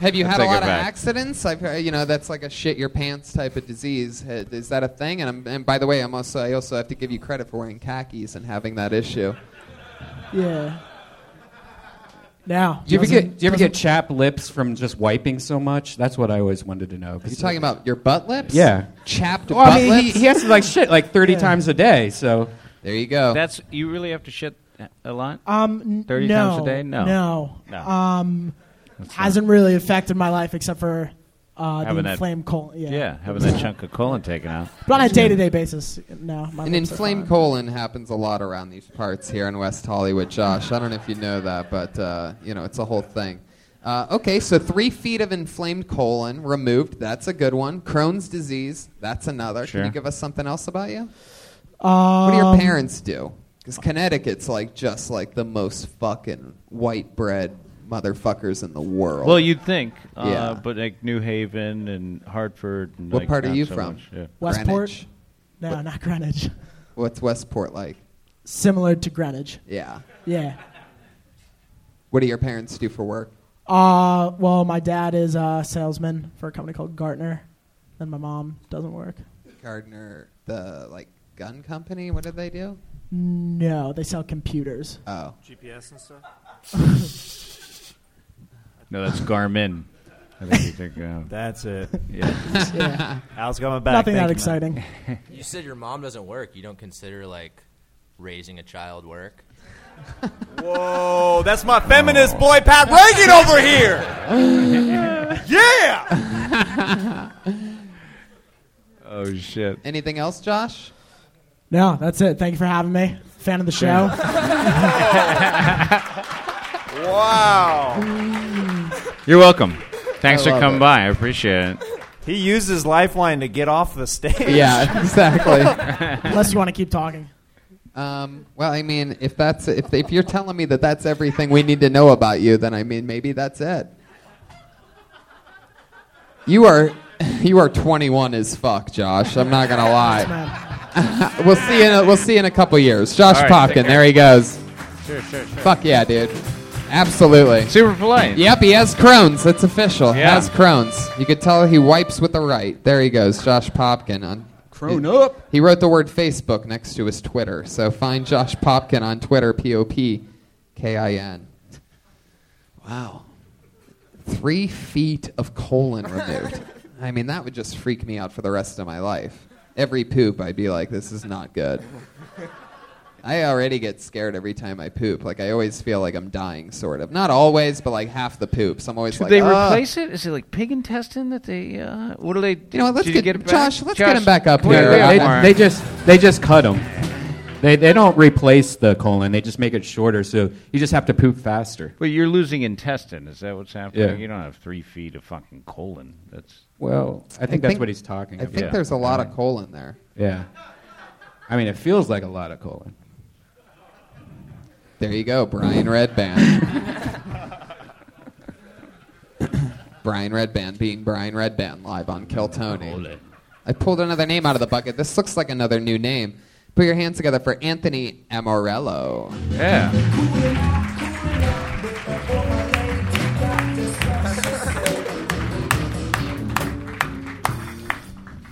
have you I'll had a take it lot of back. accidents? I've heard, you know that's like a shit your pants type of disease. Uh, Is that a thing? And, i and by the way, I'm also I also have to give you credit for wearing khakis and having that issue. Yeah. Now. Do you ever doesn't- get do you ever get doesn't- chapped lips from just wiping so much? That's what I always wanted to know. You're talking about your butt lips? Yeah. chapped Well, I butt mean, lips. He, he has to like shit like thirty Yeah. times a day. So there you go. That's you really have to shit a lot. Um, n- thirty no, times a day. No, no, no. Um, hasn't really affected my life except for uh, the having that inflamed colon. Yeah. having that chunk of colon taken out. But on a day-to-day basis, no. My An lips are inflamed colon happens a lot around these parts here in West Hollywood, Josh. I don't know if you know that, but uh, you know it's a whole thing. Uh, okay, so three feet of inflamed colon removed. That's a good one. Crohn's disease. That's another. Sure. Can you give us something else about you? fine. what do your Um, parents do? Because Connecticut's like just like the most fucking white bread motherfuckers in the world. Well, you'd think, uh, Yeah. but like New Haven and Hartford. And, What like, part are not you so from? much, yeah. Uh, Westport. Greenwich. No, What- not Greenwich. What's Westport like? Similar to Greenwich. Yeah. Yeah. What do your parents do for work? Uh, well, my dad is a salesman for a company called Gartner, and my mom doesn't work. Gardner, the like gun company. What do they do? No, they sell computers. Oh. GPS and stuff. No, that's Garmin. I think you think. Uh, That's it. Yeah. Yeah. Al's got my back. Nothing Thank that you, exciting. man. You said your mom doesn't work. You don't consider like raising a child work. Whoa, that's my feminist boy Pat Reagan over here. yeah. oh shit. Anything else, Josh? No, that's it. Thank you for having me. Fan of the show. wow. You're welcome. Thanks I for love coming it. by. I appreciate it. He used his lifeline to get off the stage. Unless you want to keep talking. Um, well, I mean, if that's if if you're telling me that that's everything we need to know about you, then I mean maybe that's it. You are you are 21 as fuck, Josh. I'm not gonna lie. we'll see in a, we'll see in a couple years. Josh All right, take care. Popkin, there he goes. Sure, sure, sure. Fuck yeah, dude. Absolutely. Super polite. Yep, he has Crohn's. That's official. Yeah. Has Crohn's. You could tell he wipes with the right. There he goes, Josh Popkin on Crone up. He wrote the word Facebook next to his Twitter. So find Josh Popkin on Twitter, P O P K I N. Wow. Three feet of colon removed. I mean, that would just freak me out for the rest of my life. Every poop, I'd be like, this is not good. I already get scared every time I poop. Like, I always feel like I'm dying, sort of. Not always, but like half the poops. I'm always Do like, they "Ah." replace it? Is it like pig intestine that they? Uh, what do they? Do? You know what, let's Did get- you get it back? Josh, let's get him back up come on, here. there They, you are. they just they just cut them. They they don't replace the colon. They just make it shorter, so you just have to poop faster. Well, you're losing intestine. Is that what's happening? Yeah. You don't have three feet of fucking colon. That's Well, I think, that's what he's talking I about. think there's a lot of colon there. Yeah. I mean, it feels like a lot of colon. There you go, Brian Redband. Brian Redband being Brian Redband live on Kill Tony. I pulled another name out of the bucket. This looks like another new name. Put your hands together for Anthony Amorello. Yeah.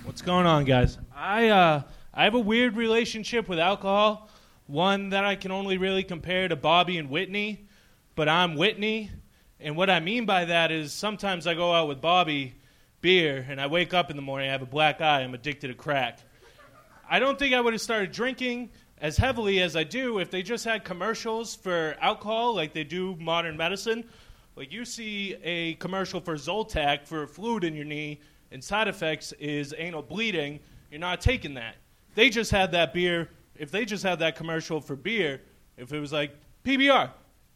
What's going on, guys? I uh, I have a weird relationship with alcohol, one that I can only really compare to Bobby and Whitney, but I'm Whitney, and what I mean by that is sometimes I go out with Bobby, beer, and I wake up in the morning, I have a black eye, I'm addicted to crack. I don't think I would have started drinking as heavily as I do if they just had commercials for alcohol like they do modern medicine. Like you see a commercial for Zoltac for a fluid in your knee, and side effects is anal bleeding. You're not taking that. They just had that beer. If they just had that commercial for beer, if it was like PBR,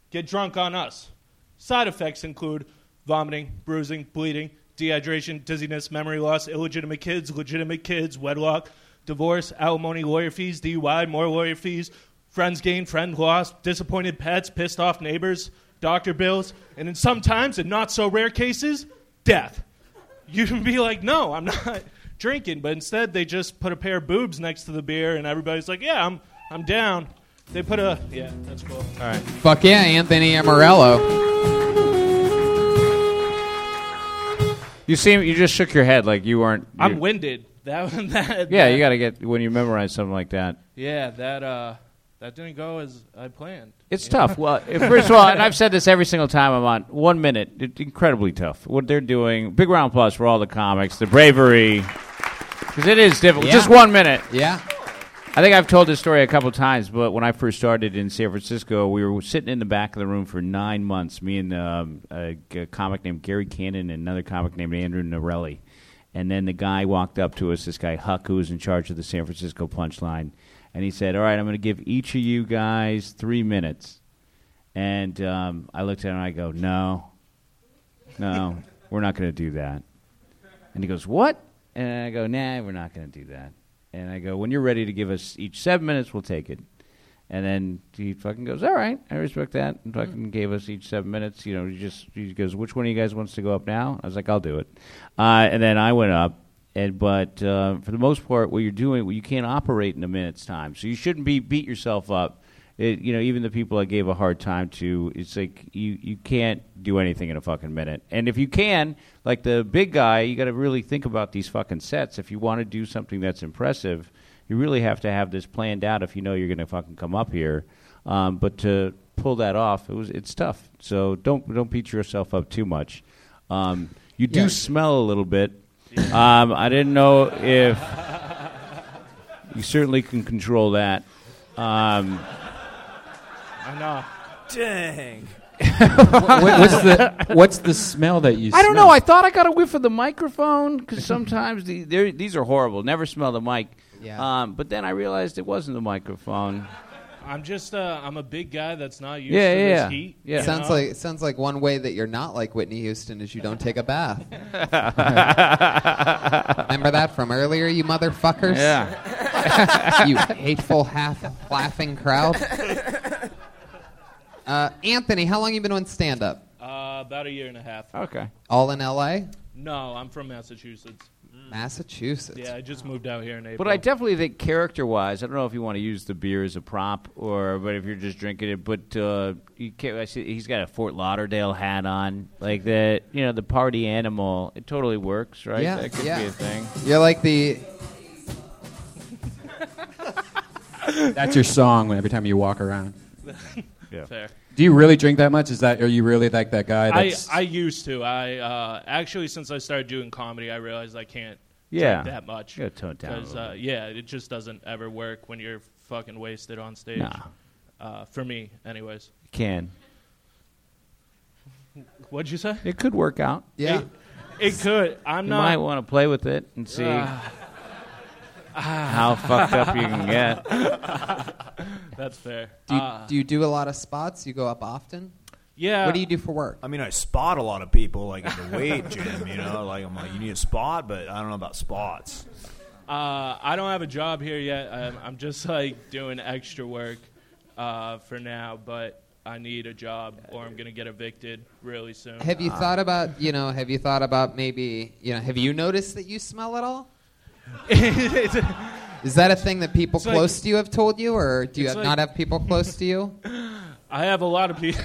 get drunk on us. Side effects include vomiting, bruising, bleeding, dehydration, dizziness, memory loss, illegitimate kids, legitimate kids, wedlock, divorce, alimony, lawyer fees, DUI, more lawyer fees, friends gained, friend lost, disappointed pets, pissed off neighbors, doctor bills, and in sometimes, in not so rare cases, death. You can be like, no, I'm not drinking, but instead they just put a pair of boobs next to the beer, and everybody's like, yeah, I'm, I'm down. They put a yeah. That's cool. All right. Fuck yeah, Anthony Amarello. You seem you just shook your head like you weren't. I'm you- winded. That, that Yeah, that- you got to get when you memorize something like that. Yeah, that uh, that didn't go as I planned. It's tough. Well, if- first of all, and I've said this every single time I'm on. One minute, it's incredibly tough. What they're doing. Big round plus for all the comics, the bravery, because it is difficult. Yeah. Just one minute. Yeah. I think I've told this story a couple times, but when I first started in San Francisco, we were sitting in the back of the room for nine months. Me and um, a, g- a comic named Gary Cannon and another comic named Andrew Norelli. And then the guy walked up to us, this guy Huck, who was in charge of the San Francisco Punchline, and he said, "All right, I'm going to give each of you guys three minutes." And um, I looked at him and I go, "No, no, we're not going to do that." And he goes, What? And I go, Nah, we're not going to do that. And I go, When you're ready to give us each seven minutes, we'll take it. And then he fucking goes, All right, I respect that. And fucking gave us each seven minutes. You know, he just he goes, Which one of you guys wants to go up now? I was like, I'll do it. Uh, and then I went up. And but uh, for the most part, what you're doing, you can't operate in a minute's time. So you shouldn't be beat yourself up. It, you know, even the people I gave a hard time to, it's like you, you can't do anything in a fucking minute. And if you can, like the big guy, you got to really think about these fucking sets. If you want to do something that's impressive, you really have to have this planned out if you know you're going to fucking come up here. Um, but to pull that off, it was it's tough. So don't don't beat yourself up too much. Um, you do Yeah. smell a little bit. Um, I didn't know if you certainly can control that. Um, I know. Dang. What- what's the what's the smell that you? I don't know. I thought I got a whiff of the microphone because sometimes the, they're- these are horrible. Never smell the mic. Yeah. Um, but then I realized it wasn't the microphone. I'm just uh, I'm a big guy that's not used Yeah, to yeah, this yeah. heat. Yeah. you Sounds know? like sounds like one way that you're not like Whitney Houston is you don't take a bath. Remember that from earlier, you motherfuckers? Yeah. you hateful half laughing crowd. Uh, Anthony, how long you been on stand up? uh, about a year and a half. All in LA? No, I'm from Massachusetts. Massachusetts. Yeah, I just moved out here in April. But I definitely think character-wise, I don't know if you want to use the beer as a prop or, but if you're just drinking it, but uh, you can't, I see, he's got a Fort Lauderdale hat on, like the you know the party animal. It totally works, right? Yeah, that could yeah. be a thing. You're like the That's your song. Every time you walk around. yeah. Fair. Do you really drink that much? Is that are you really like that guy? I, That's I used to. I uh, actually, since I started doing comedy, I realized I can't Yeah. drink that much. You gotta tone it down a 'Cause, little uh, yeah, it just doesn't ever work when you're fucking wasted on stage. Nah. Uh, for me, anyways. can What'd you say? it could work out? It, it could. I'm you not. might want to play with it and see Ah. how fucked up you can get. That's fair. Do you, Uh, do you do a lot of spots? You go up often? Yeah. What do you do for work? I mean, I spot a lot of people like in the weight gym. You know, like I'm like, you need a spot, but I don't know about spots. Uh, I don't have a job here yet. I'm, I'm just like doing extra work uh, for now, but I need a job or I'm gonna get evicted really soon. Have Ah. you thought about you know? Have you thought about maybe you know? Have you noticed that you smell at all? Is that a thing that people It's like- close to you have told you, or do you It's have like- not have people close to you? I have a lot of people.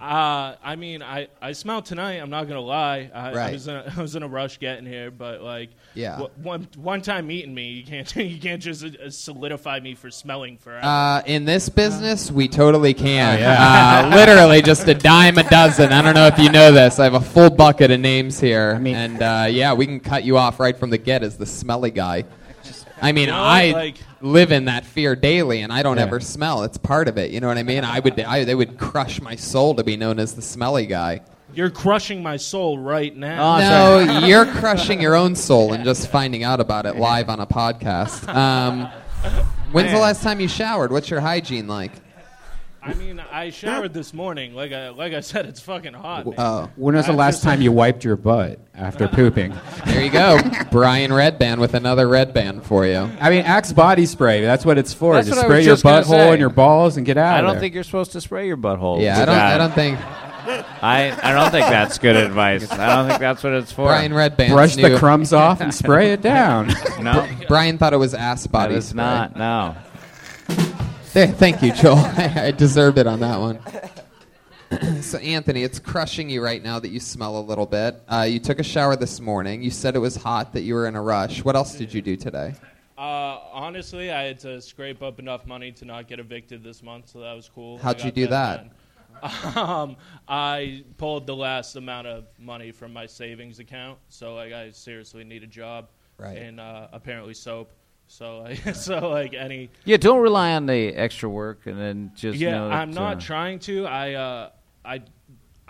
uh, I mean, I, I smelled tonight. I'm not gonna lie. I, I Right. was in a, I was in a rush getting here, but like, Yeah. wh- one one time meeting me, you can't you can't just uh, solidify me for smelling forever. Uh, in this business, we totally can. Oh, yeah. uh, literally just a dime a dozen. I don't know if you know this. I have a full bucket of names here, and uh, yeah, we can cut you off right from the get as the smelly guy. I mean, You know, I like- live in that fear daily, and I don't Yeah. ever smell. It's part of it. You know what I mean? I would. I, they would crush my soul to be known as the smelly guy. You're crushing my soul right Oh, now. Oh, no, you're crushing your own soul and just finding out about it live on a podcast. Um, when's the Man. last time you showered? What's your hygiene like? I mean, I showered this morning. Like I like I said, it's fucking hot. man. uh, when was the last time you wiped your butt after pooping? There you go, Brian Red Band with another red band for you. I mean, Axe body spray. That's what it's for. That's just what I spray was your just gonna butthole say. and your balls and get out. I of don't there. think you're supposed to spray your butthole. Yeah, I with don't. that. I don't think I, I don't think that's good advice. I don't think that's what it's for. Brian Redband. Brush the crumbs off and spray it down. No. Brian thought it was ass body. That is spray. not. No. Th- Thank you, Joel. I I deserved it on that one. so, Anthony, it's crushing you right now that you smell a little bit. Uh, you took a shower this morning. You said it was hot, that you were in a rush. What else did you do today? Uh, honestly, I had to scrape up enough money to not get evicted this month, so that was cool. I How'd you got do that? done. um, I pulled the last amount of money from my savings account, so like I seriously need a job, right. and uh, apparently soap. So, like, so like any Yeah, don't rely on the extra work and then just yeah, know that, I'm not uh, trying to. I uh, I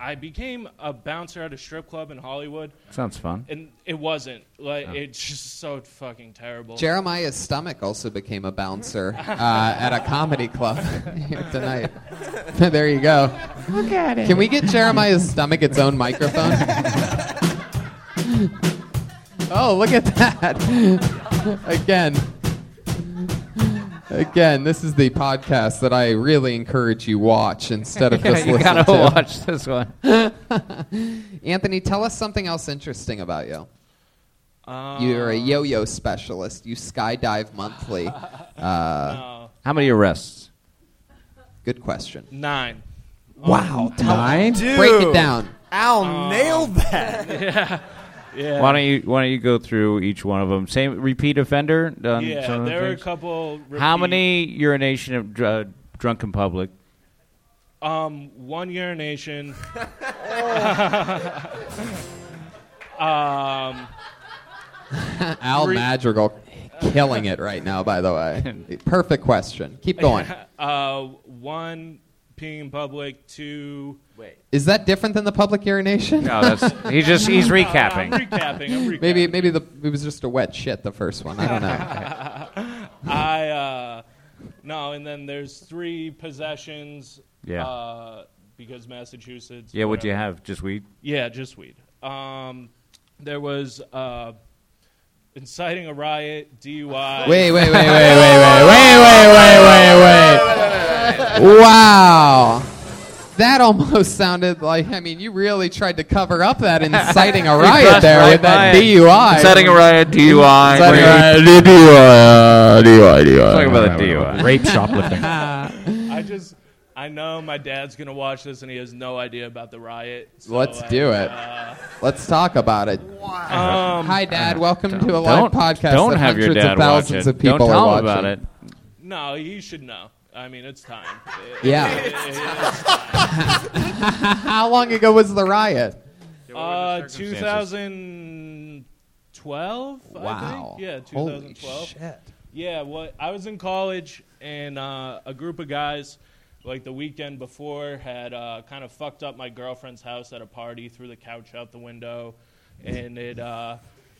I became a bouncer at a strip club in Hollywood. Sounds fun. And it wasn't like Oh. it's just so fucking terrible. Jeremiah's stomach also became a bouncer uh, at a comedy club here tonight. there you go. Look at it. Can we get Jeremiah's stomach its own microphone? oh, look at that. Again. Again, this is the podcast that I really encourage you watch instead of just You listen gotta to. watch this one. Anthony, tell us something else interesting about you. Um, You're a yo-yo specialist. You skydive monthly. Uh, How many arrests? Good question. Nine. Wow, nine? Oh, Break it down. Al Um, nailed that. yeah. Yeah. Why don't you Why don't you go through each one of them? Same repeat offender. Done Yeah, some of the there were a things? couple How repeat- many urination of dr- uh, drunken public? Um, one urination. um, Al three- Madrigal killing it right now, by the way. Perfect question. Keep going. uh, one peeing in public. Two. Wait. Is that different than the public urination? No, that's- he just- he's No, no, I'm recapping. recapping, I'm Maybe maybe the it was just a wet shit the first one. I don't know. I uh, no, and then there's three possessions. Yeah. Uh, because Massachusetts. Yeah, what'd you whatever. have? Just weed? Yeah, just weed. Um, there was uh, inciting a riot, DUI. Wait, wait, wait, wait, wait, wait, wait, wait, wait, wait, wait. Wow. That almost sounded like, I mean, you really tried to cover up that inciting a You riot brushed there right with that by it. DUI. Inciting a riot, DUI. Inciting a riot, Talking about the DUI. Rape shoplifting. I just, I know my dad's gonna watch this and he has no idea about the riot. so, Let's like, do it. uh, Let's talk about it. Wow. Um, Hi, Dad. Welcome to a live Uh, Don't- podcast. don't that have your hundreds dad of watch thousands it. of people Don't tell are him watching. about it. no, he should know. I mean, it's time. It- Yeah. it- it's How long ago was the riot? time. uh, 2012. Wow. I think? Yeah, Holy 2012. shit. Yeah, well, I was in college and uh, a group of guys. Like the weekend before, had uh, kind of fucked up my girlfriend's house at a party, threw the couch out the window, and it, uh,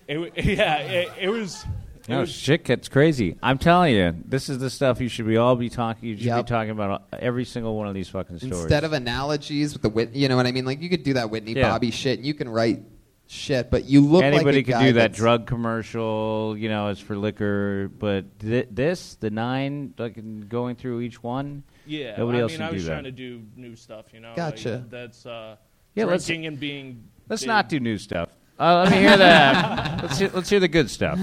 it w- yeah, it, it was, it No, was shit gets crazy. I'm telling you, this is the stuff you should be all be talking. You should Yep. be talking about every single one of these fucking stories. Instead of analogies with the Whit, you know what I mean? Like you could do that Whitney Yeah. Bobby shit, and you can write shit, but you look anybody like a could guy do that that's- drug commercial. You know, it's for liquor, but thi this, the nine, like in going through each one. Yeah, nobody I else mean, would I was do trying that. to do new stuff, you know. Gotcha. Like, that's uh, Yeah, let's- drinking and being. Let's big. not do new stuff. Uh, let me hear that. let's hear, let's hear the good stuff.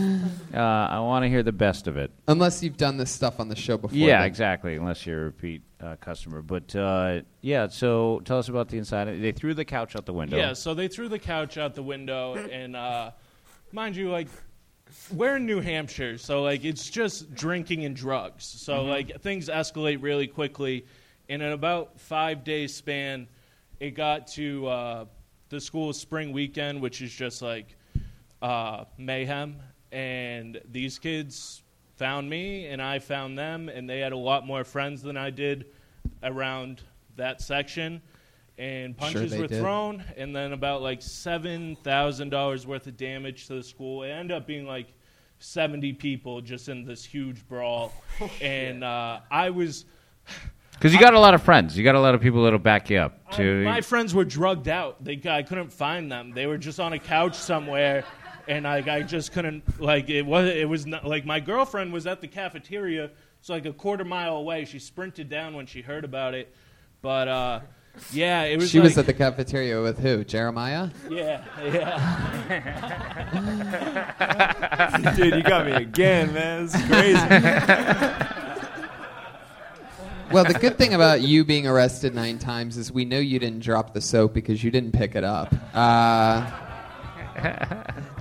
Uh, I want to hear the best of it. Unless you've done this stuff on the show before. yeah, then. exactly. Unless you're a repeat uh, customer, but uh, yeah. So tell us about the inside. They threw the couch out the window. Yeah, so they threw the couch out the window, and uh, mind you, like we're in New Hampshire, so like it's just drinking and drugs. So Mhm. like things escalate really quickly, and in about five days span, it got to uh, the school's spring weekend, which is just like uh, mayhem, and these kids found me, and I found them, and they had a lot more friends than I did around that section. And Sure punches they were did. thrown, and then about like seven thousand dollars worth of damage to the school. It ended up being like seventy people just in this huge brawl, and uh, I was Because you got a lot of friends. You got a lot of people that'll back you up too. my friends were drugged out. They I couldn't find them. They were just on a couch somewhere, and like I just couldn't like it was it was not, like my girlfriend was at the cafeteria, so like a quarter mile away. She sprinted down when she heard about it, but uh, yeah, it was. she was like- at the cafeteria with who? Jeremiah? yeah, yeah. Dude, you got me again, man. This is crazy. Well, the good thing about you being arrested nine times is we know you didn't drop the soap because you didn't pick it up. Uh,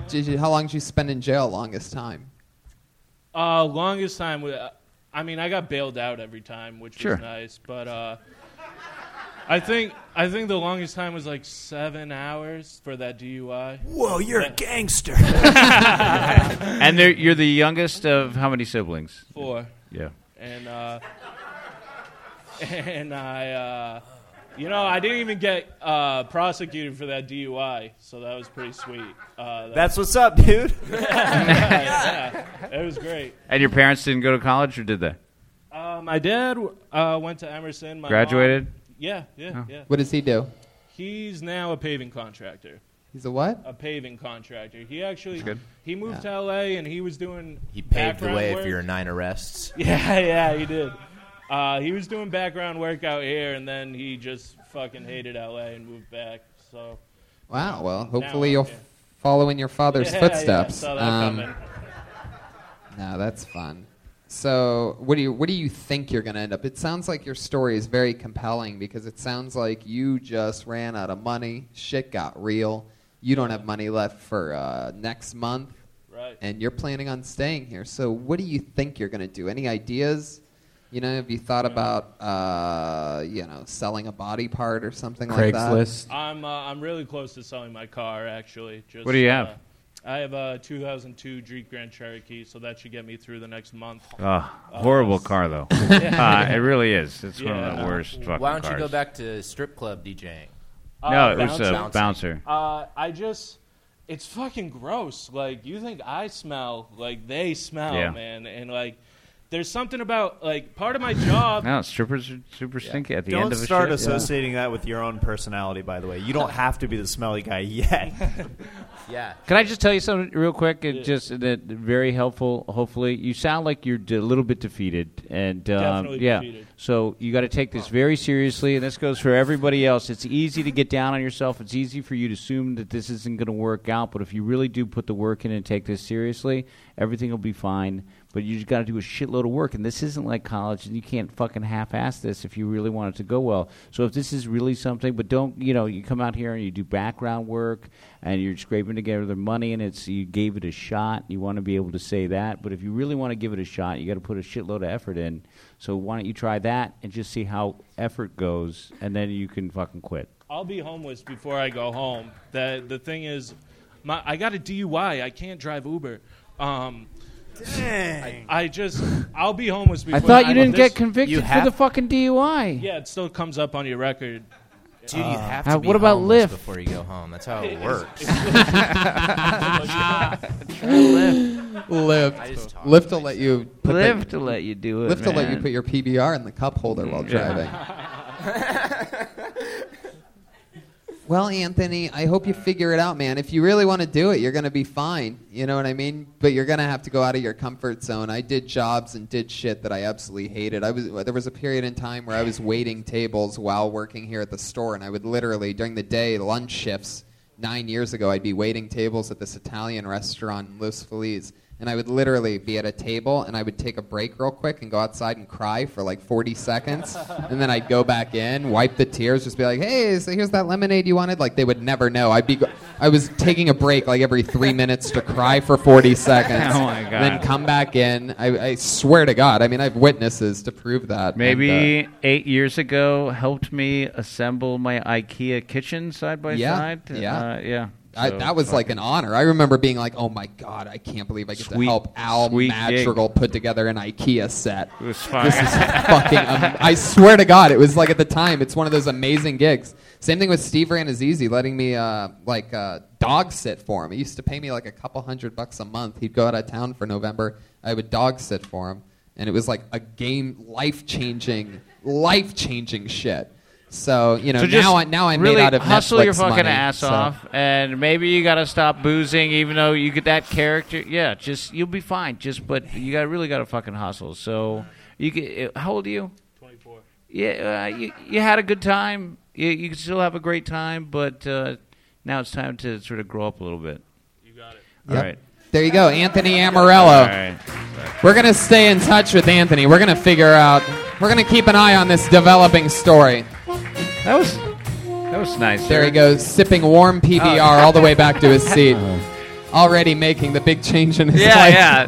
did you, how long did you spend in jail? Longest time. Uh, longest time with, I mean, I got bailed out every time, which Sure. was nice. But uh, I think I think the longest time was like seven hours for that DUI. Whoa, you're a gangster. and they're- you're the youngest of how many siblings? Four. Yeah. And uh, and I, uh, you know, I didn't even get uh, prosecuted for that DUI, so that was pretty sweet. Uh, that- That's what's up, dude. yeah, yeah, it was great. And your parents didn't go to college, or did they? Uh, my dad uh, went to Emerson. My Graduated? mom- yeah, yeah, Oh. yeah. What does he do? He's now a paving contractor. He's a what? A paving contractor. He actually That's good. he moved to LA and he was doing He paved the background way work. for your nine arrests. Yeah, yeah, he did. Uh, he was doing background work out here and then he just fucking hated LA and moved back. So Wow. Well, Now hopefully I'm you'll here. follow in your father's Yeah, yeah, footsteps. saw that coming. no, that's fun. So, what do you what do you think you're going to end up? It sounds like your story is very compelling because it sounds like you just ran out of money. Shit got real. You don't have money left for uh, next month, right? And you're planning on staying here. So, what do you think you're going to do? Any ideas? You know, have you thought about uh, you know selling a body part or something like that? I'm uh, I'm really close to selling my car actually. Just, What do you have? uh, I have a 2002 Jeep Grand Cherokee, so that should get me through the next month. Um, Ah, horrible car though. uh, it really is. It's one of the Yeah. worst fucking Why don't you cars. go back to strip club DJing? No, it was a Bouncing. bouncer. Uh, I just, it's fucking gross. Like you think I smell, like they smell, Yeah. man. And like, there's something about like part of my job. No, strippers are super stinky at the don't end of a start shift. associating that with your own personality, by the way. You don't have to be the smelly guy yet. yeah. Can I just tell you something real quick? It just uh, that very helpful. Hopefully, you sound like you're d- a little bit defeated, and um, Definitely yeah. defeated. So you got to take this very seriously, and this goes for everybody else. It's easy to get down on yourself. It's easy for you to assume that this isn't going to work out, but if you really do put the work in and take this seriously, everything will be fine. But you just got to do a shitload of work, and this isn't like college, and you can't fucking half-ass this if you really want it to go well. So if this is really something, but don't you know, you come out here and you do background work, and you're scraping together money, and it's you gave it a shot. You want to be able to say that, but if you really want to give it a shot, you got to put a shitload of effort in. So why don't you try that and just see how effort goes, and then you can fucking quit. I'll be homeless before I go home. The the thing is, my I got a DUI. I can't drive Uber. Um, Dang. I, I just, I'll be homeless before. I thought you go- didn't this- get convicted for the fucking DUI. Yeah, it still comes up on your record. Dude, you have Uh, to be what about homeless Lyft? before you go home. That's how It it is- works. it's- ah. Lyft. Lyft. Lyft will let you. put the- Lyft will let you do it, Lyft will let you man. put your PBR in the cup holder while driving. well, Anthony, I hope you figure it out, man. If you really want to do it, you're going to be fine. You know what I mean? But you're going to have to go out of your comfort zone. I did jobs and did shit that I absolutely hated. I was there was a period in time where I was waiting tables while working here at the store, and I would literally during the day lunch shifts. Nine years ago, I'd be waiting tables at this Italian restaurant in Los Feliz, and I would literally be at a table and I would take a break real quick and go outside and cry for like 40 seconds, and then I'd go back in, wipe the tears, just be like, "Hey, so here's that lemonade you wanted." Like they would never know. I'd be, go- I was taking a break like every three minutes to cry for 40 seconds, Oh, my God. then come back in. I, I swear to God, I mean, I have witnesses to prove that. And, uh, Maybe eight years ago, helped me assemble my IKEA kitchen side by yeah, side. yeah, uh, yeah. I, So, that was like an honor. I remember being like, "Oh my god, I can't believe I get to Sweet- help Al sweet Madrigal put together an IKEA set." It was fun. this is fucking. am- I swear to God, it was like at the time, it's one of those amazing gigs. Same thing with Steve Ranazizi letting me uh, like uh, dog sit for him. He used to pay me like a couple hundred bucks a month. He'd go out of town for November. I would dog sit for him, and it was like a game, life changing, life changing shit. So you know So just now I now I'm really made out of hustle Netflix your fucking money, ass so- off, and maybe you got to stop boozing, even though you get that character. Yeah, just you'll be fine. Just but you got really got to fucking hustle. So you get, eh, how old are you? Twenty four. Yeah, uh, you you had a good time. You, you can still have a great time, but uh, now it's time to sort of grow up a little bit. You got it. All Yep. right. There you go, Anthony Amarello. All right. We're gonna stay in touch with Anthony. We're gonna figure out We're going to keep an eye on this developing story. That was Oh, that was nice. There he goes, sipping warm PBR all the way back to his seat. Already making the big change in his Yeah,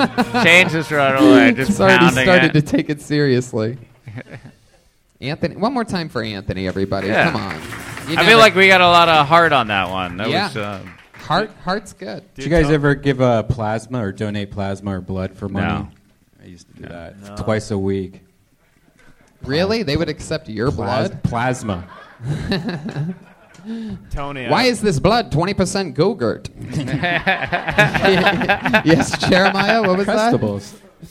life. yeah. Changes right away, just He's already pounding started it. to take it seriously. Anthony, one more time for Anthony, everybody. Yeah. Come on. You I never- feel like we got a lot of heart on that one. That Yeah. was um, Heart, heart's good. Did you guys ever give uh, plasma or donate plasma or blood for money? No. I used to do that No. twice a week. really? They would accept your Plas- blood? Plasma. Tony. I- Why is this blood 20% Gogurt? yes, Jeremiah, what was that?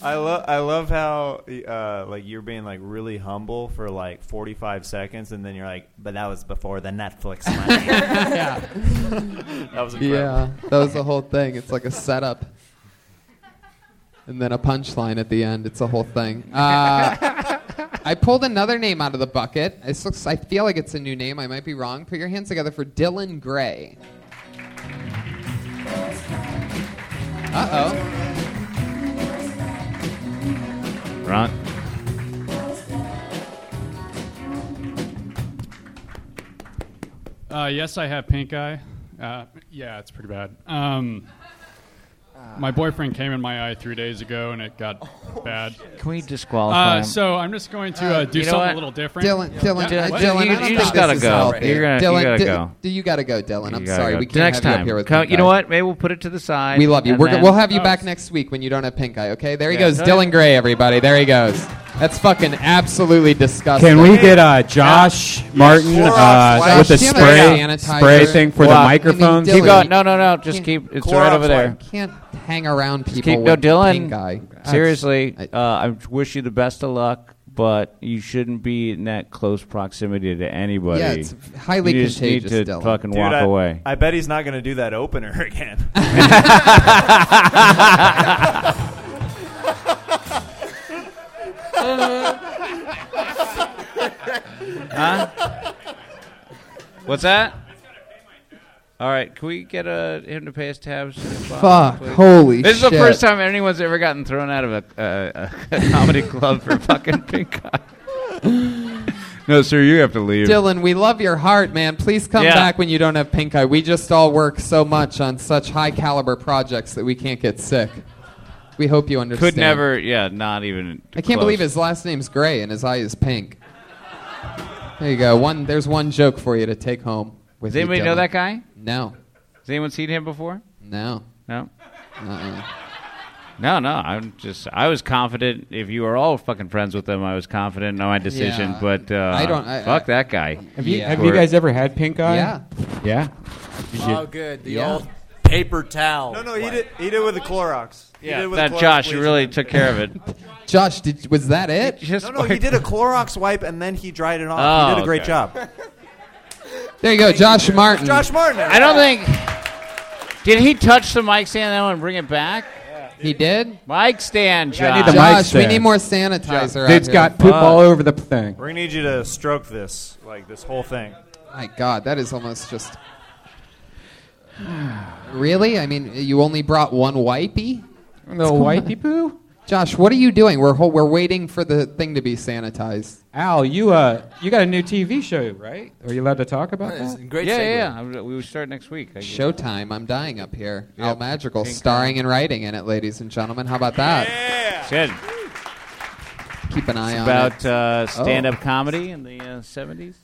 I love I love how uh, like you're being like really humble for like 45 seconds, and then you're like, but that was before the Netflix. money." Yeah. that was incredible. Yeah, that was the whole thing. It's like a setup. And then a punchline at the end. It's a whole thing. Uh, I pulled another name out of the bucket. This looks, I feel like it's a new name. I might be wrong. Put your hands together for Dylan Gray. Uh oh. Right. Uh, yes, I have pink eye. Uh, yeah, it's pretty bad. Um, my boyfriend came in my eye three days ago, and it got Oh, bad. Can we Uh, disqualify him? so I'm just going to uh, Uh, do you know something what? a little different. Dylan, Dylan, Yeah, uh, what? Dylan, I don't think this is healthy. You're gonna- you Dylan, gotta d- go. d- you gotta go, Dylan. I'm You gotta sorry, go. we can't next have time. you up here with Come- pink you know eye. what? Maybe we'll put it to the side. We love you. and We're, g- then- Oh. we'll have you back next week when you don't have pink eye. Okay, there he Yeah, goes, totally. Dylan Gray. Everybody, there he goes. That's fucking absolutely disgusting. Can we get uh, Josh Martin Clorox uh, wipes. with a Damn it, spray sanitizer. spray thing for the Well, I mean, microphones? Keep going. No, no, no. Just keep. It's right over there. Can't hang around people Just keep. No, with Dylan. pink eye. Seriously, uh, I wish you the best of luck, but you shouldn't be in that close proximity to anybody. Yeah, it's highly you just Need contagious, to Dylan. fucking Dude, walk I, away. I bet he's not going to do that opener again. huh? What's that? All right, can we get uh, him to pay his tabs? to the bottom, Fuck, please? holy This is the shit. first time anyone's ever gotten thrown out of a, uh, a comedy club for fucking pink eye. No, sir, you have to leave. Dylan, we love your heart, man. Please come Yeah. back when you don't have pink eye. We just all work so much on such high caliber projects that we can't get sick. We hope you understand. Could never, yeah, not even. I can't close. believe his last name's Gray and his eye is pink. There you go. One. There's one joke for you to take home. With Does you, anybody know Dylan. that guy? No. Has anyone seen him before? No. No. Uh-uh. No, no. I'm just. I was confident. If you were all fucking friends with him, I was confident in my decision. Yeah. But uh, I don't- I- fuck I- that guy. Have you- Have you guys ever Mm. had pink eye? Yeah. Yeah. Oh, good. The Yeah. old paper towel. no, no, he did. He did with the Clorox. He did with that the Clorox Josh, you bleach. really took care of it. Josh, did, was that it? No, no, he did a Clorox wipe and then he dried it off. Oh, he did a great okay. job. There you go, Josh Martin. Josh Martin. I don't think. Did he touch the mic stand though and bring it back? He did. Mic stand, I Josh. need the mic Josh, we stand. need more sanitizer out Dude's here. got poop Fuck. Uh, all over the thing. We're gonna need you to stroke this, like this whole thing. My God, that is almost just. really? I mean, you only brought one wipey? No wipey poo? Josh, what are you doing? We're whole, we're waiting for the thing to be sanitized. Al, you uh, you got a new TV show, right? Are you allowed to talk about that? Great yeah, yeah, yeah. We will start next week. I guess. Showtime, I'm dying up here. Yeah, Al Magical, pink starring and writing in it, ladies and gentlemen. How about that? Good. Keep an eye It's on about it. uh, stand-up Oh. comedy in the uh, '70s.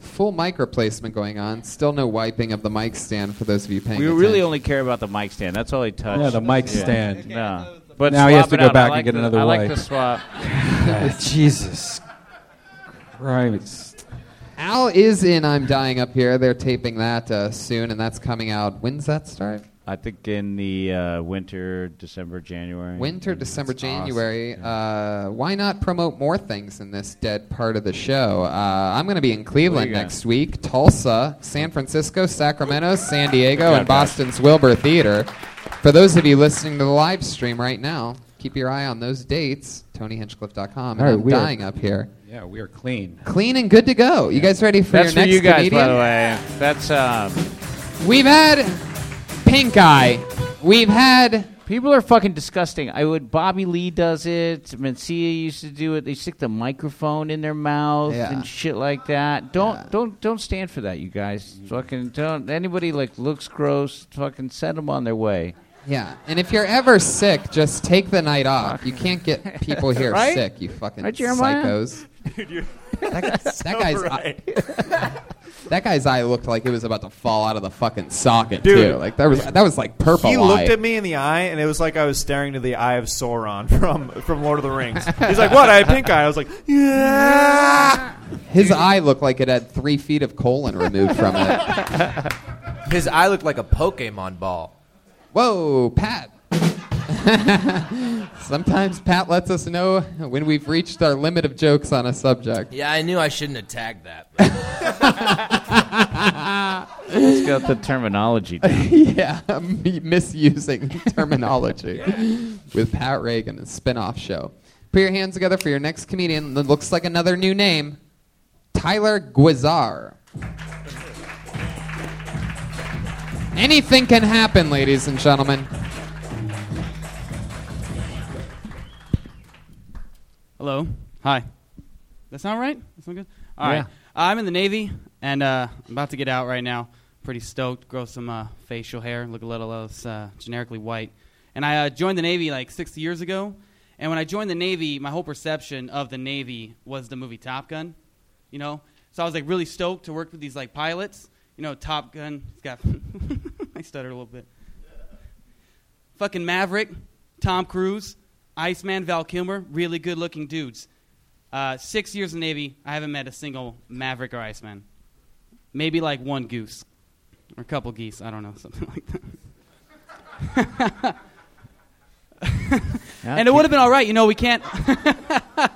Full mic replacement going on. Still no wiping of the mic stand for those of you paying We attention. really only care about the mic stand. That's all he touched. Yeah, the mic stand. No. But Now he has swap to it go out. I back and like get the- another I wipe. like the swap. Jesus Christ. Al is in I'm Dying Up Here. They're taping that uh, soon, and that's coming out. When's that start? I think in the uh, winter, December, January. Winter, December, That's awesome. January. Uh, why not promote more things in this dead part of the show? Uh, I'm going to be in Cleveland you got? next week, Tulsa, San Francisco, Sacramento, San Diego, job, and Boston's Wilbur Theater. For those of you listening to the live stream right now, keep your eye on those dates. TonyHinchcliffe.com. And All right, I'm we are- dying up here. Yeah, we are clean. Clean and good to go. You guys ready for That's your for next you guys, comedian? by the way. That's um, We've had pink eye. We've had People are fucking disgusting. I would. Bobby Lee does it. Mencia used to do it. They stick the microphone in their mouth Yeah. and shit like that. Don't don't don't stand for that, you guys. Fucking don't. Anybody like looks gross. Fucking send them on their way. Yeah, and if you're ever sick, just take the night off. You can't get people here Right? sick. You fucking Right, Jeremiah? psychos. Dude, you're- that, guy- That's that so guy's eye, that guy's eye looked like it was about to fall out of the fucking socket Dude. too. Like that was that was like purple. He eye. looked at me in the eye, and it was like I was staring to the eye of Sauron from from Lord of the Rings. He's like, "What? I have pink eye." I was like, "Yeah." His eye looked like it had three feet of colon removed from it. His eye looked like a Pokemon ball. Whoa, Pat. Sometimes Pat lets us know when we've reached our limit of jokes on a subject. Yeah, I knew I shouldn't have tagged that. but- It's got the terminology. yeah, m- misusing terminology with Pat Reagan, a spin-off show. Put your hands together for your next comedian that looks like another new name, Tyler Guizar. Anything can happen, ladies and gentlemen. Hello. Hi. That sound right? That sound good? All right. Yeah. I'm in the Navy, and uh, I'm about to get out right now. Pretty stoked. Grow some uh, facial hair. Look a little less uh, generically white. And I uh, joined the Navy like six years ago. And when I joined the Navy, my whole perception of the Navy was the movie Top Gun. You know, so I was like really stoked to work with these like pilots. You know, Top Gun. It's got. I stuttered a little bit fucking Maverick, Tom Cruise, Iceman, Val Kilmer, really good looking dudes. Uh, six years in the Navy, I haven't met a single Maverick or Iceman. Maybe like one goose or a couple geese, I don't know, something like that. and it would have been all right, you know, we can't. I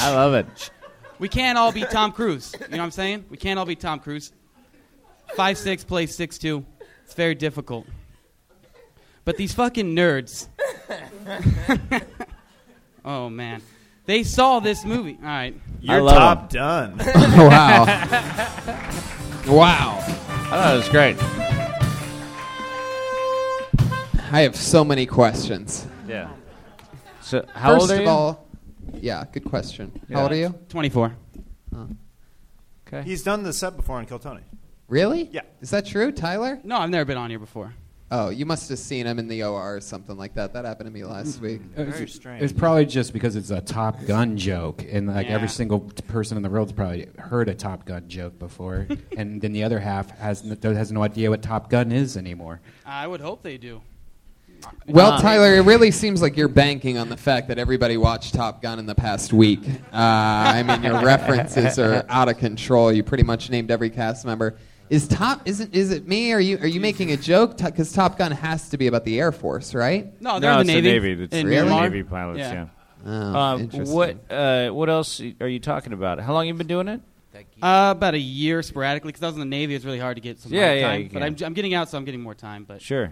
love it. We can't all be Tom Cruise. You know what I'm saying? We can't all be Tom Cruise. Five six plays six two. It's very difficult. But these fucking nerds. oh man, they saw this movie. All right, You're top done. Wow. I thought it was great. I have so many questions. Yeah. So how First old are of you? all, yeah, good question. Yeah. How old are you? 24. Okay. He's done the set before on Kill Tony. Really? Yeah. Is that true, Tyler? No, I've never been on here before. Oh, you must have seen him in the OR or something like that. That happened to me last Mm-hmm. week. Very strange. It's probably just because it's a Top Gun joke, and like Yeah. every single t- person in the world's probably heard a Top Gun joke before, and then the other half has n- has no idea what Top Gun is anymore. I would hope they do. Well, Ah. Tyler, it really seems like you're banking on the fact that everybody watched Top Gun in the past week. Uh, I mean, your references are out of control. You pretty much named every cast member. Is Top? Isn't? Is it me? Are you? Are you making a joke? Because Top Gun has to be about the Air Force, right? No, they're No, in the it's the Navy. Navy. It's In the really? Navy pilots, Yeah. yeah. Oh, Uh, interesting. what uh, what else are you talking about? How long you been doing it? Uh, about a year sporadically because I was in the Navy. It's really hard to get some Yeah, yeah, yeah, time. you but can. I'm, I'm getting out, so I'm getting more time. But Sure.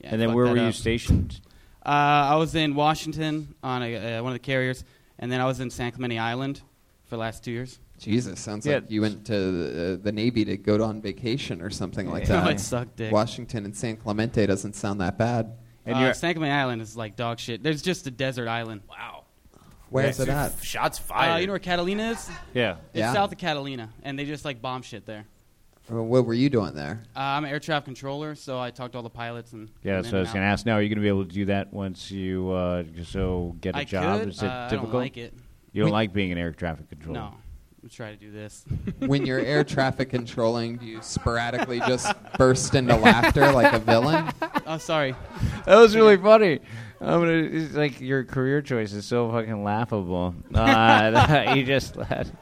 Yeah, and then fuck where that were you up. stationed? Uh, I was in Washington on a, uh, one of the carriers, and then I was in San Clemente Island for the last two years. Jesus, sounds Yeah. like you went to the, the Navy to go on vacation or something like No, that. Oh, it sucked dick. Washington and San Clemente doesn't sound that bad. uh, San Clemente Island is like dog shit. There's just a desert island. Wow. Uh, Where's it at? Shots you know where Catalina is? Yeah. It's Yeah. south of Catalina, and they just like bomb shit there. Uh, What were you doing there? Uh, I'm an air traffic controller, so I talked to all the pilots and Yeah, that's what I was going to ask. Now, are you going to be able to do that once you uh, so get a I job? could. Is it Uh, I don't difficult? like it. You don't We- like being an air traffic controller? No, I'm trying to do this. when you're air traffic controlling, do you sporadically just burst into laughter like a villain? Oh, sorry. That was really funny. I'm gonna, it's like your career choice is so fucking laughable. Uh, you just laughed.